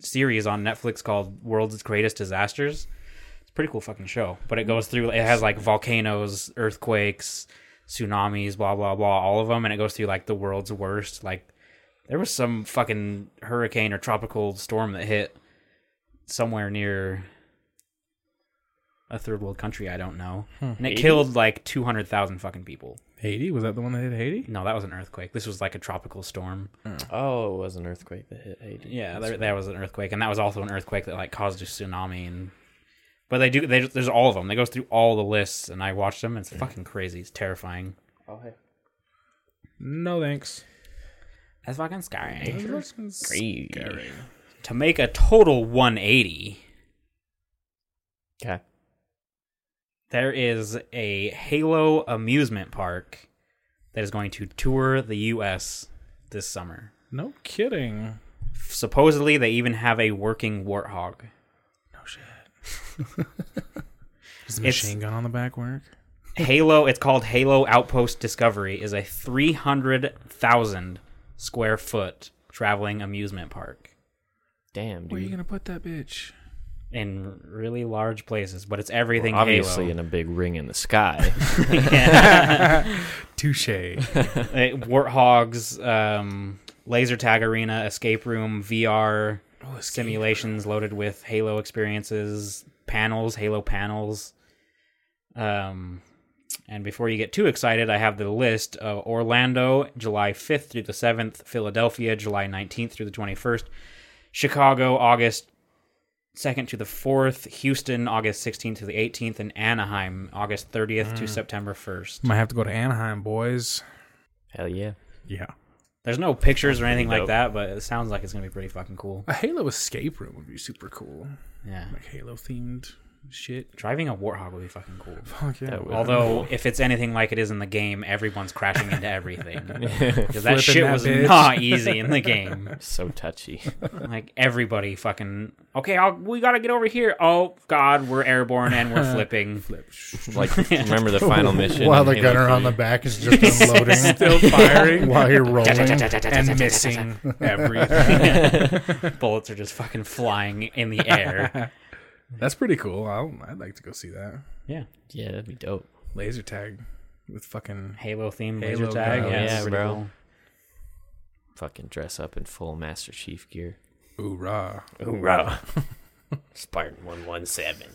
series on Netflix called World's Greatest Disasters. It's a pretty cool fucking show, but it goes through. It has like volcanoes, earthquakes, tsunamis, blah blah blah, all of them, and it goes through like the world's worst. Like there was some fucking hurricane or tropical storm that hit somewhere near a third world country I don't know, and it killed like two hundred thousand fucking people.
Haiti was that the one that hit Haiti?
No, that was an earthquake. This was like a tropical storm.
Oh, it was an earthquake that hit Haiti.
Yeah, there, there was an earthquake, and that was also an earthquake that like caused a tsunami. And but they do they, there's all of them. They goes through all the lists, and I watched them. And it's fucking crazy. It's terrifying.
Oh, hey.
No thanks.
That's fucking scary.
Crazy.
To make a total 180,
Okay.
there is a Halo amusement park that is going to tour the U.S. this summer.
No kidding.
Supposedly, they even have a working warthog.
No shit. Does the machine gun on the back work?
Halo. It's called Halo Outpost Discovery. Is a three hundred thousand square foot traveling amusement park
Damn,
Where are you
dude.
gonna put that bitch?
in really large places, but it's everything.
Obviously
Halo.
in a big ring in the sky.
Touche.
Uh, warthogs, um, laser tag arena, escape room, VR simulations loaded with Halo experiences, panels, Halo panels. Um, and before you get too excited, I have the list of Orlando, July 5th through the 7th, Philadelphia, July 19th through the 21st, Chicago, August 2nd to the 4th, Houston, August 16th to the 18th, and Anaheim, August 30th to September 1st.
Might have to go to Anaheim, boys.
Hell yeah.
Yeah.
There's no pictures or anything like
dope.
that, but it sounds like it's gonna be pretty fucking cool.
A Halo escape room would be super cool.
Yeah,
Like Halo themed shit.
driving a warthog would be fucking cool.
Fuck yeah.
would.
Although, if it's anything like it is in the game, everyone's crashing into everything because that shit
that
was
bitch.
not easy in the game.
So touchy.
Like everybody fucking okay, I'll, we gotta get over here. Oh God, we're airborne and we're flipping.
like, remember the final mission?
While
in
the
Halo
gunner on
3?
the back is just unloading
Still firing
while you're rolling.
and missing everything.
Bullets are just fucking flying in the air.
That's pretty cool. I'll, I'd like to go see that.
Yeah,
Yeah, that'd be dope.
Laser tag with fucking
Halo themed
Halo
laser tag.
guns.
Yeah, it's
Yeah,
pretty
bro.
cool.
Fucking dress up in full Master Chief gear.
ooh rah.
Hoorah. Spartan 117.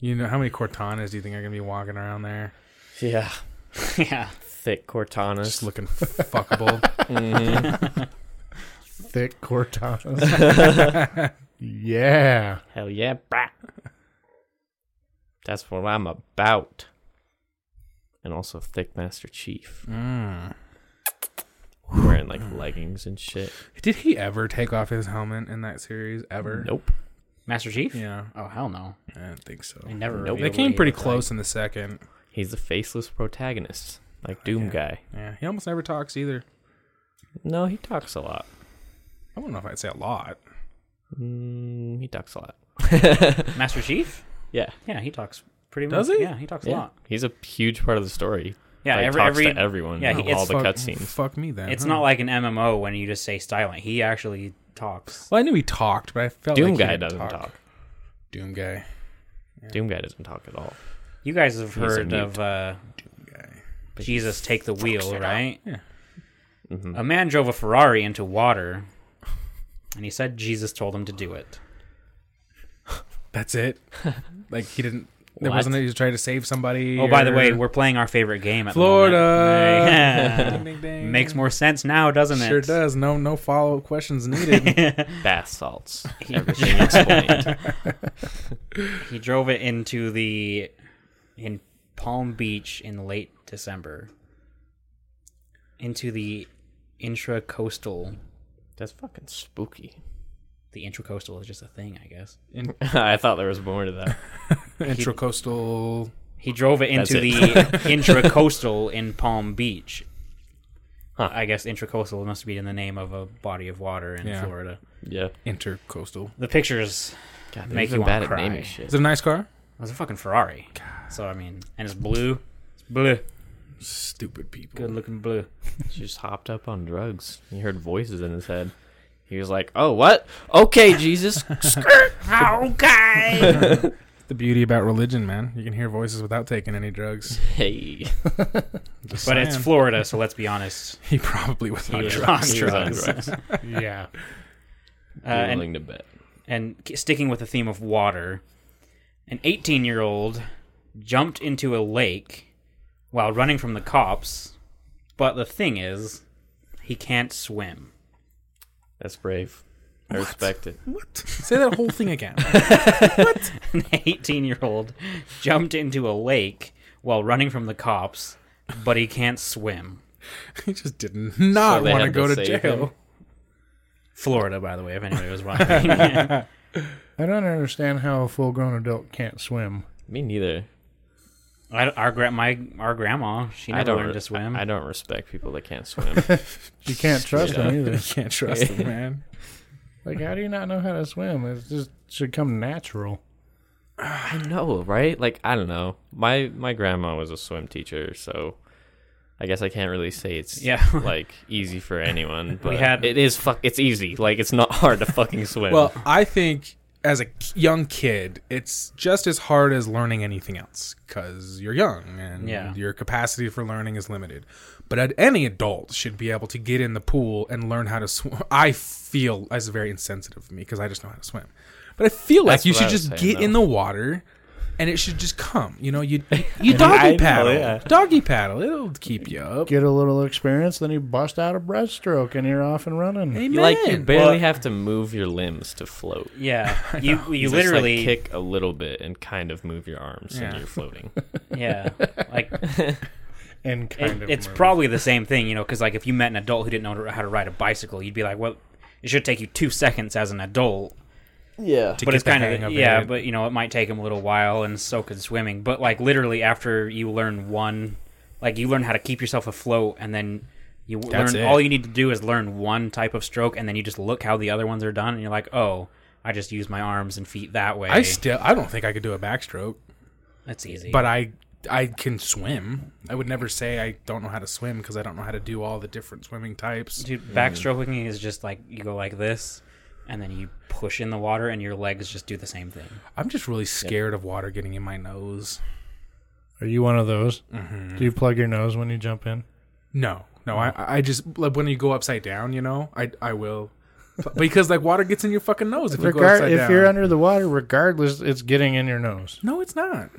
You know how many Cortanas do you think are gonna be walking around there?
Yeah.
Yeah,
Thick Cortanas.
Just looking fuckable.
Thick Cortanas. yeah.
Hell yeah, brah. That's what I'm about. And also thick Master Chief. Wearing like leggings and shit.
Did he ever take off his helmet in that series? Ever?
Nope.
Master Chief.
Yeah,
Oh hell no!
I don't think so.
I never.
Nope.
They
revealed
came
what he
pretty
looked
close in the second.
He's the faceless protagonist. Like Doom Guy.
Yeah, he almost never talks either.
No, he talks a lot.
I don't know if I'd say a lot.
Mm, he talks a lot.
like. Master Chief.
Yeah.
Yeah, he talks pretty much.
Does he?
Yeah, he talks a
Yeah.
lot.
He's a huge part of the story.
Yeah,
like,
every-
talks
every-
to everyone.
yeah,
Yeah,
he-
all
it's
the
Fuck-
cutscenes.
Fuck me then.
It's
huh?
not like an MMO when you just say silent. He actually talks.
Well, I knew he talked, but I felt
Doom
like he
Guy
didn't
doesn't talk.
Doom guy.
Doom Guy doesn't talk at all.
You guys have
a
heard
mute.
of uh,
Guy.
Jesus take the wheel, right?
Yeah.
Mm-hmm.
A man drove a Ferrari into water, and he said Jesus told him to do it.
That's it. like he didn't. There
What?
wasn't. He was trying to save somebody.
Oh, by the way,
or-
we're playing our favorite game at the moment.
Florida.
Yeah.
Ding, ding, ding.
Makes more sense now, doesn't
Sure
it?
does. No, no follow up questions needed.
Bath salts. Everything explained.
He drove it into the in Palm Beach in late December into the intracoastal.
That's fucking spooky.
The intracoastal is just a thing, I guess.
I thought there was more to that.
Intracoastal.
He drove it into
it.
the intracoastal in Palm Beach.
Huh.
I guess intracoastal must be in the name of a body of water in
Yeah.
Florida.
Yeah.
Intercoastal.
The pictures.
God,
Make
make
you
you
wanna
bad at
cry.
naming shit.
Is it a nice car?
It was a fucking Ferrari. So I mean, and it's blue. It's blue.
Stupid people.
Good looking blue.
She just hopped up on drugs. He heard voices in his head. He was like, "Oh, what? Okay, Jesus."
okay.
The beauty about religion, man. You can hear voices without taking any drugs.
hey,
Just
but it's
saying.
Florida, so let's be honest.
He probably was
He
on
was
drugs.
on
he was on
drugs.
drugs.
Yeah.
Uh, and
willing to bet.
and k- sticking with the theme of water, an 18 year old jumped into a lake while running from the cops, but the thing is, he can't swim.
That's brave. I respect it.
What? Say that whole thing again.
An 18 year old jumped into a lake while running from the cops, but he can't swim.
he just did not
So they
want to
had
go
to
to
save
jail.
him?
Florida, by the way, if anybody was wondering.
I don't understand how a full grown adult can't swim.
Me neither.
I, our gra- my our grandma, she
I
never
don't
learned to swim.
I don't respect people that can't swim.
You can't trust them either.
Can't trust him, man.
Like, how do you not know how to swim? It just should come natural.
I know, right? Like I don't know. My my grandma was a swim teacher, so I guess I can't really say it's
Yeah.
like easy for anyone. But
had-
it is fuck. It's easy. Like it's not hard to fucking swim.
Well, I think as a k- young kid, it's just as hard as learning anything else because you're young and
Yeah.
your capacity for learning is limited. But ad- any adult should be able to get in the pool and learn how to swim. I feel that's very insensitive of me because I just know how to swim. But I feel like
That's
you
what
should
I was
just
saying,
get in
though.
the water. And it should just come, you know. You you doggy paddle, doggy paddle. It'll keep you up.
Get a little experience, then you bust out a breaststroke and you're off and running.
Amen.
you like you barely
Well-
have to move your limbs to float.
yeah, you you
Just, like,
literally
kick a little bit and kind of move your arms
Yeah.
and you're floating.
yeah like
And
it-
kind of.
it's
move.
probably the same thing, you know, because like if you met an adult who didn't know how to ride a bicycle, you'd be like, well, it should take you two seconds as an adult,
yeah.
but it's
the
kind
hang
of
of
yeah,
it.
but you know, it might take him a little while, and so could swimming. But like literally, after you learn one, like you learn how to keep yourself afloat, and then you w-
That's
learn
it.
all you need to do is learn one type of stroke, and then you just look how the other ones are done, and you're like, oh. I just use my arms and feet that way.
I still, I don't think I could do a backstroke.
That's easy.
but I I can swim. I would never say I don't know how to swim because I don't know how to do all the different swimming types.
Dude,
Mm.
backstroking is just like you go like this, and then you push in the water, and your legs just do the same thing.
I'm just really scared of water getting in my nose.
Are you one of those?
Mm-hmm.
Do you plug your nose when you jump in?
No, no, I
Mm.
I just like when you go upside down, you know, I I will because like water gets in your fucking nose if you go
Regard-
upside
if
down.
you're under the water, regardless, it's getting in your nose.
no, it's not.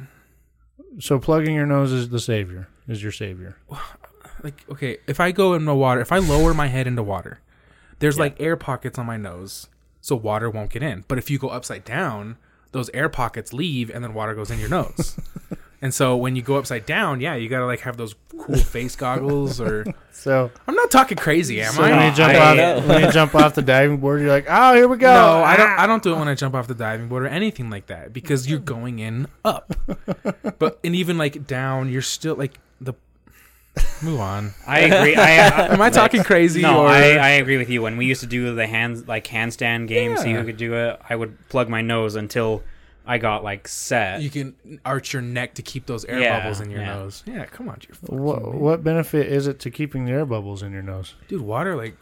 So plugging your nose is the savior. Is your savior?
Like okay, if I go in the water, if I lower my head into water, there's like air pockets on my nose, so water won't get in. But if you go upside down, those air pockets leave, and then water goes in your nose. and so when you go upside down, yeah, you gotta like have those cool face goggles. Or
So,
I'm not talking crazy, am
so
I?
when you jump
I-
off, when you jump off the diving board, you're like, oh, here we go.
No, I don't. I don't do it when I jump off the diving board or anything like that because you're going in up, but and even like down, you're still like the. Move on.
I agree. I, I
Am I talking crazy?
no,
or...
I, I agree with you. When we used to do the hands like handstand game, see
Yeah.
who could do it. I would plug my nose until I got like set.
you can arch your neck to keep those air
Yeah,
bubbles in your
yeah.
nose. Yeah, come on, you're fucking
What, what benefit is it to keeping the air bubbles in your nose?
dude. Water like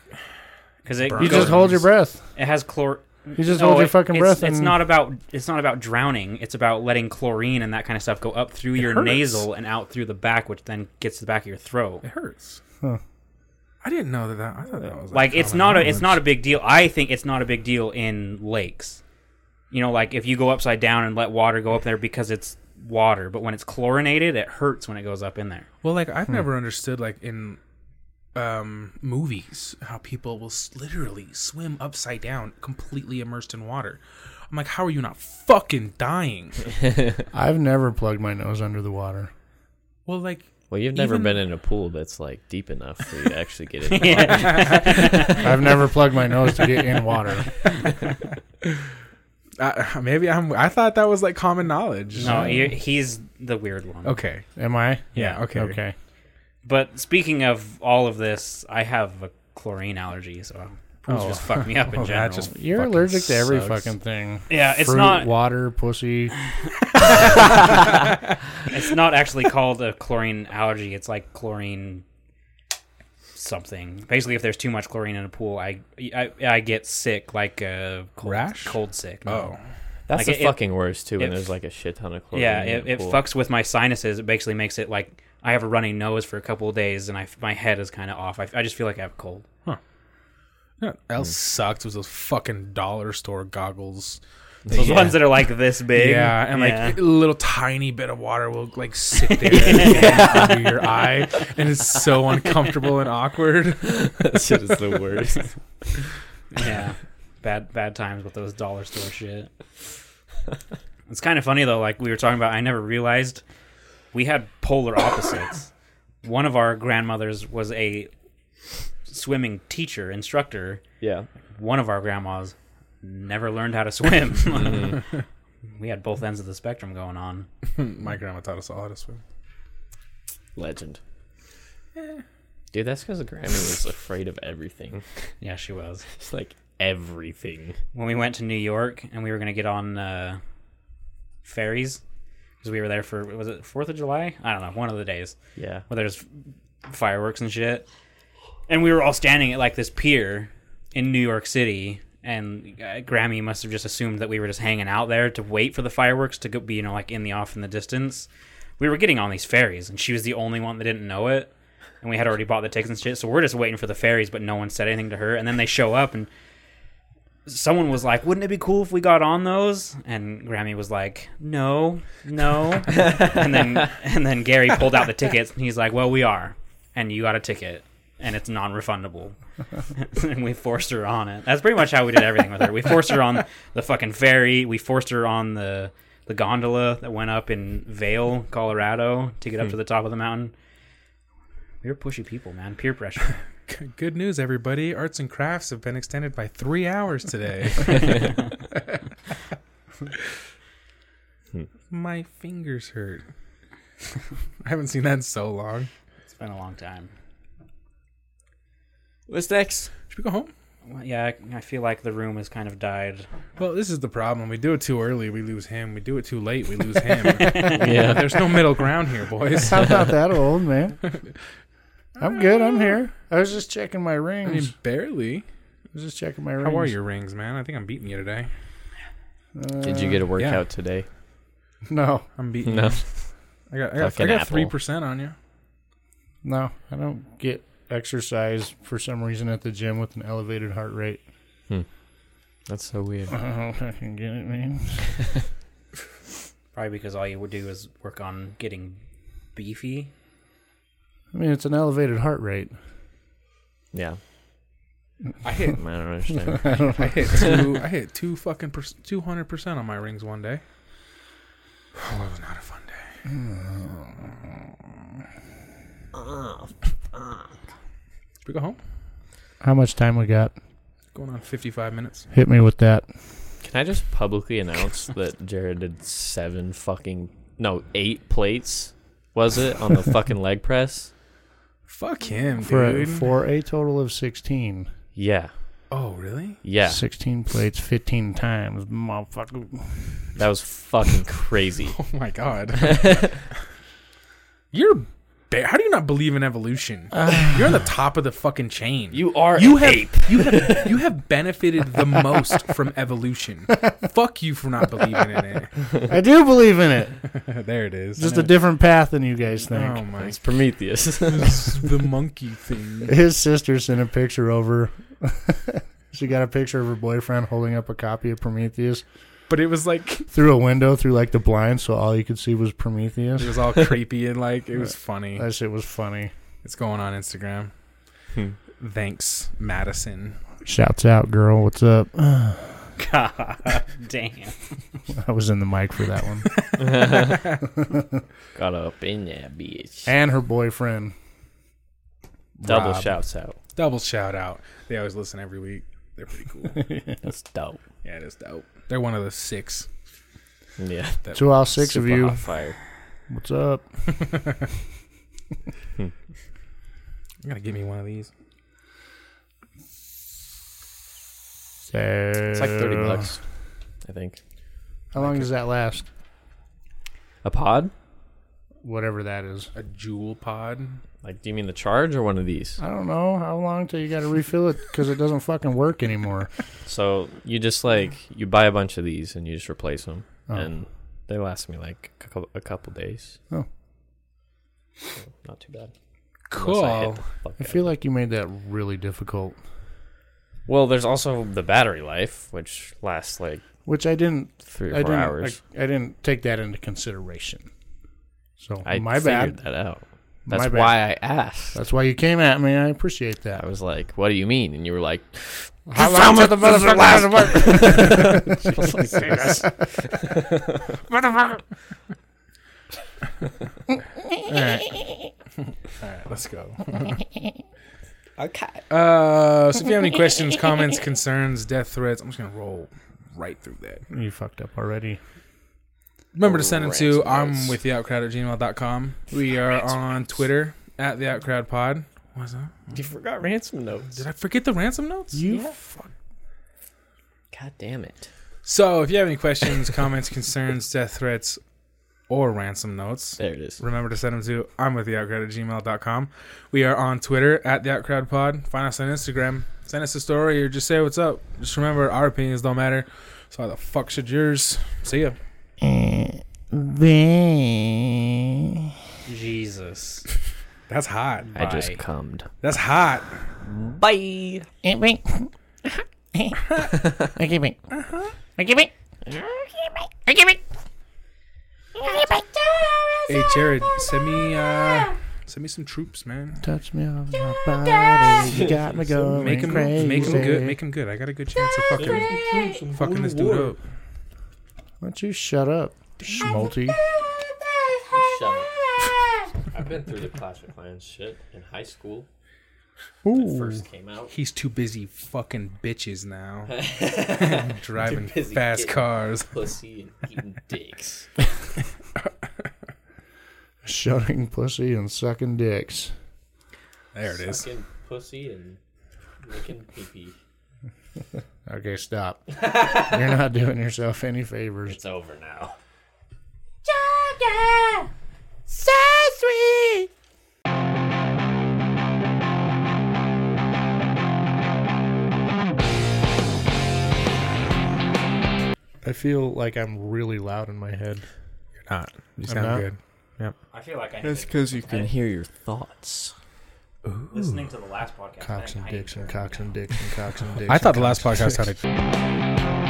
because it,
You
You
goes-
just hold your breath.
it has chlor.
You just
No,
hold your
it-
fucking
it's,
breath.
It's
and
not about it's not about drowning. It's about letting chlorine and that kind of stuff go up through your
hurts.
nasal and out through the back, which then gets to the back of your throat.
it hurts.
Huh.
I didn't know that. that I thought that was
like it's
common
not a it's
knowledge.
not a big deal. I think it's not a big deal in lakes. You know, like if you go upside down and let water go up there because it's water, but when it's chlorinated, it hurts when it goes up in there.
Well, like
Hmm.
I've never understood like in um movies how people will s- literally swim upside down, completely immersed in water. I'm like, how are you not fucking dying?
I've never plugged my nose under the water.
well, like
Well, you've never
Even-
been in a pool that's like deep enough for you to actually get in.
I've never plugged my nose to get in water.
I, maybe I'm. I thought that was like common knowledge.
No, he, he's the weird one.
Oh. Okay.
Am I?
Yeah. Okay.
Okay.
But speaking of all of this, I have a chlorine allergy, so pools
Oh.
just fuck me up in
Well,
general.
that just
You're
fucking
allergic to every
sucks.
fucking thing.
yeah, it's
Fruit,
not
water, pussy.
it's not actually called a chlorine allergy. It's like chlorine something. Basically, if there's too much chlorine in a pool, I I, I get sick, like a cold,
Rash?
cold sick.
Oh,
That's
Like,
the
it- it-
fucking worst too. When
it-
there's like a shit ton of chlorine.
yeah,
in
it,
the
it
pool.
fucks with my sinuses. It basically makes it like I have a runny nose for a couple of days, and I f- my head is kind of off. I, f- I just feel like I have a cold.
You know what else sucked was those fucking dollar store goggles
Those ones that are like this big.
Yeah, and like
Yeah.
a little tiny bit of water will like sit there and through your eye, and it's so uncomfortable and awkward.
that shit is the worst.
yeah, bad bad times with those dollar store shit. It's kind of funny though. Like we were talking about, I never realized we had polar opposites. One of our grandmothers was a swimming teacher instructor.
Yeah.
One of our grandmas never learned how to swim. Mm-hmm. we had both ends of the spectrum going on.
My grandma taught us all how to swim.
Legend. Dude, that's because Grammy was afraid of everything.
Yeah, she was.
It's like everything.
when we went to New York and we were going to get on uh, ferries because we were there for was it Fourth of July? I don't know, one of the days
Yeah.
where there's fireworks and shit. And we were all standing at like this pier in New York City, and uh, Grammy must have just assumed that we were just hanging out there to wait for the fireworks to go be you know like in the off in the distance. We were getting on these ferries, and she was the only one that didn't know it. And we had already bought the tickets and shit, so we're just waiting for the ferries, but no one said anything to her. And then they show up, and someone was like, "Wouldn't it be cool if we got on those?" And Grammy was like, "No, no." and then and then Gary pulled out the tickets and he's like, "Well, we are, and you got a ticket, and it's non-refundable." and we forced her on it. That's pretty much how we did everything with her. We forced her on the fucking ferry. We forced her on the the gondola that went up in Vale, Colorado, to get up to the top of the mountain. We were pushy people, man. Peer pressure.
G- Good news, everybody! Arts and crafts have been extended by three hours today. My fingers hurt. I haven't seen that in so long.
It's been a long time.
What's next?
Should we go home?
Well, yeah, I- I feel like the room has kind of died.
Well, this is the problem. We do it too early, we lose him. We do it too late, we lose him.
Yeah.
There's no middle ground here, boys.
I'm not that old, man. I'm good. I'm here. I was just checking my
I
rings. I,
mean, barely.
was just checking my rings. Uh,
How are your rings, man? I think I'm beating you today.
Did you get a workout
yeah.
today?
No,
I'm beating
No.
you. I got, I got, I
Fucking
got
apple.
3% on you.
no. I don't get exercise for some reason at the gym with an elevated heart rate.
That's so weird.
I don't fucking get it, man.
Probably because all you would do is work on getting beefy.
I mean, it's an elevated heart rate.
Yeah.
I hit,
I don't understand.
I don't
I
know.
hit two, I hit two fucking, per, 200% on my rings one day. Oh, it was not a fun day. Should we go home?
How much time we got?
Going on 55 minutes.
Hit me with that.
Can I just publicly announce that Jared did seven fucking no eight plates? Was it on the fucking leg press?
Fuck him,
for a,
dude.
for a total of 16.
Yeah,
oh, really?
yeah,
16 plates, 15 times. Motherfucker.
that was fucking crazy.
Oh my god. You're. Ba- How do you not believe in evolution? You're on the top of the fucking chain.
You are
you have you have you have benefited the most from evolution. Fuck you for not believing in it.
I do believe in it.
there it is.
Just a different path than you guys
Oh
think.
my.
It's Prometheus.
the monkey thing.
His sister sent a picture over. she got a picture of her boyfriend holding up a copy of Prometheus
But it was like
through a window, through like the blind, so all you could see was Prometheus.
it was all creepy and like it was funny.
That shit was funny.
It's going on Instagram.
Hmm.
Thanks, Madison.
Shouts out, girl. What's up?
God damn.
I was in the mic for that one.
Got up in that bitch.
and her boyfriend.
Double
Rob.
shouts out.
Double shout out. They always listen every week. They're pretty cool.
That's dope.
yeah, it is dope. They're one of the six.
Yeah,
To all six of
super
you.
hot fire.
What's up?
You gotta give me one of these.
It's like thirty bucks, I think.
How long does that last?
A pod?
Whatever that is.
A jewel pod.
Like, do you mean the charge or one of these?
I don't know how long till you got to refill it because it doesn't fucking work anymore.
So you just like you buy a bunch of these and you just replace them,
Oh.
and they last me like a couple, a couple days.
Oh.
So, not too bad. Unless I hit
Cool.
the fuck
Oh. I
out
feel
of it.
like you made that really difficult.
Well, there's also the battery life, which lasts like
which I didn't.
Three or
I
four
didn't.
hours.
I, I didn't take that into consideration. So
I,
my
figured
bad.
that out.
My
That's
bad.
why I asked.
That's why you came at me. I appreciate
I
that.
was like, "What do you mean?" And you were like,
How long till the motherfucker has work?
Motherfucker. All right. All right, let's go.
Okay.
Uh, so if you have any questions, comments, concerns, death threats, I'm just gonna roll right through that.
You fucked up already.
Remember to send it to
Ransom
I'm
notes.
with the outcrowd at gmail.com. We are on Twitter at the outcrowd pod. What's that?
"You forgot ransom notes."
Did I forget the ransom notes?
You
God damn it!
So if you have any questions, comments, concerns, death threats, or ransom notes,
There it is.
remember to send them to I'm with the outcrowd at gmail.com. We are on Twitter at the outcrowd pod. Find us on Instagram. Send us a story or just say what's up. Just remember our opinions don't matter. So how the fuck should yours? See ya.
Jesus.
That's hot.
I just
Bye.
cummed.
That's hot.
Bye.
Wait. okay, wait.
Uh-huh.
Okay, wait. Okay, wait.
Hey Jared, send me uh send me some troops, man.
touch me on my body. You got me going
Make him
crazy.
make him good. Make him good. I got a good chance of fucking fucking this dude up.
Why don't you shut up, schmalty?
Shut up. I've been through the Clash of Clans shit in high school. When it first came out.
He's too busy fucking bitches now. Driving
Too busy
fast
getting-
cars.
Pussy and eating dicks.
Shutting pussy and sucking dicks.
There it is.
Sucking pussy and licking pee pee.
Okay, stop. You're not doing yourself any favors.
It's over now.
So sweet.
I feel like I'm really loud in my head.
You're not. You
I'm
sound
not.
good.
I feel like I
That's because you can hear your thoughts.
listening to the last podcast.
Cocks and dicks and cocks and dicks and cocks and dicks.
I thought
and
the last
cocks and
podcast sounded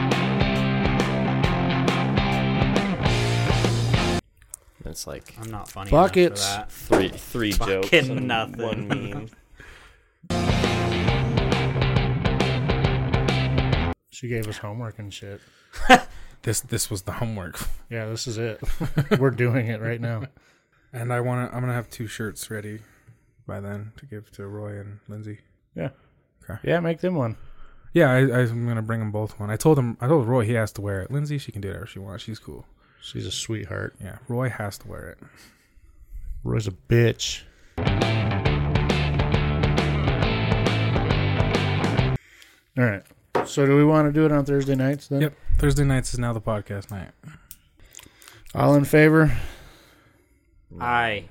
It's like
I'm not funny.
Buckets.
Enough for
three three jokes
Fucking
and
nothing.
one meme.
dicks. She gave us homework and shit.
this this was the homework.
Yeah, this is it. We're doing it right now.
And I wanna I'm gonna have two shirts ready by then to give to Roy and Lindsay.
Yeah, make them one.
Yeah, I, I'm gonna bring them both one. I told him I told Roy he has to wear it. Lindsay, she can do whatever she wants. She's cool.
She's a sweetheart.
Yeah, Roy has to wear it.
Roy's a bitch. All right. So, do we want to do it on Thursday nights then?
Yep. Thursday nights is now the podcast night.
All in favor?
that. I.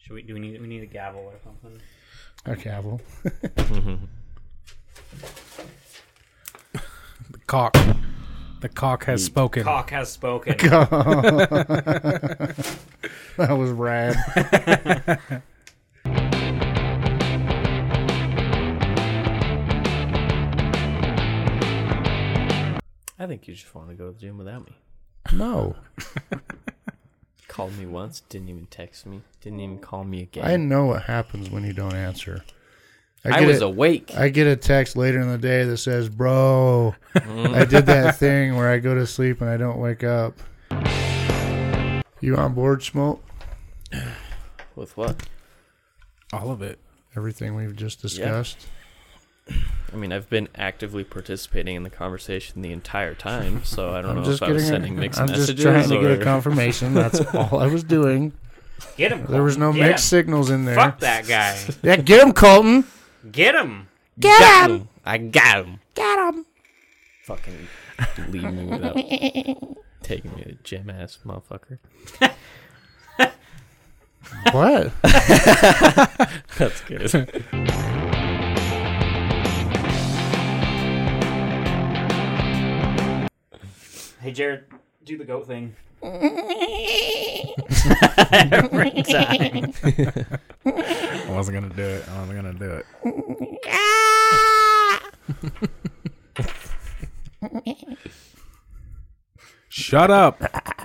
Should we? Do we need? We need a gavel or something.
Okay, I will.
The cock. The cock has spoken.
Cock has spoken.
That was rad.
I think you just want to go to the gym without me.
no,
Called me once, didn't even text me, didn't even call me again.
I know what happens when you don't answer.
I,
get
was
a-
awake.
I get a text later in the day that says, "Bro, I did that thing where I go to sleep and I don't wake up." You on board, Smoke?
With what?
All of it.
Everything we've just discussed.
I mean, I've been actively participating in the conversation the entire time, so I don't
I'm
know
just
if I
getting.
was sending mixed
I'm
messages
just trying to
or
get a confirmation. That's all I was doing.
Get him.
There was no
Get
mixed
him.
signals in there.
Fuck that guy.
Yeah, get him, Colton.
Get him.
Got him. I got him.
Got him.
Fucking leave me without taking me to gym ass motherfucker.
What?
That's good.
Hey Jared, do the goat thing.
I wasn't gonna do it. I wasn't gonna do it. Shut up.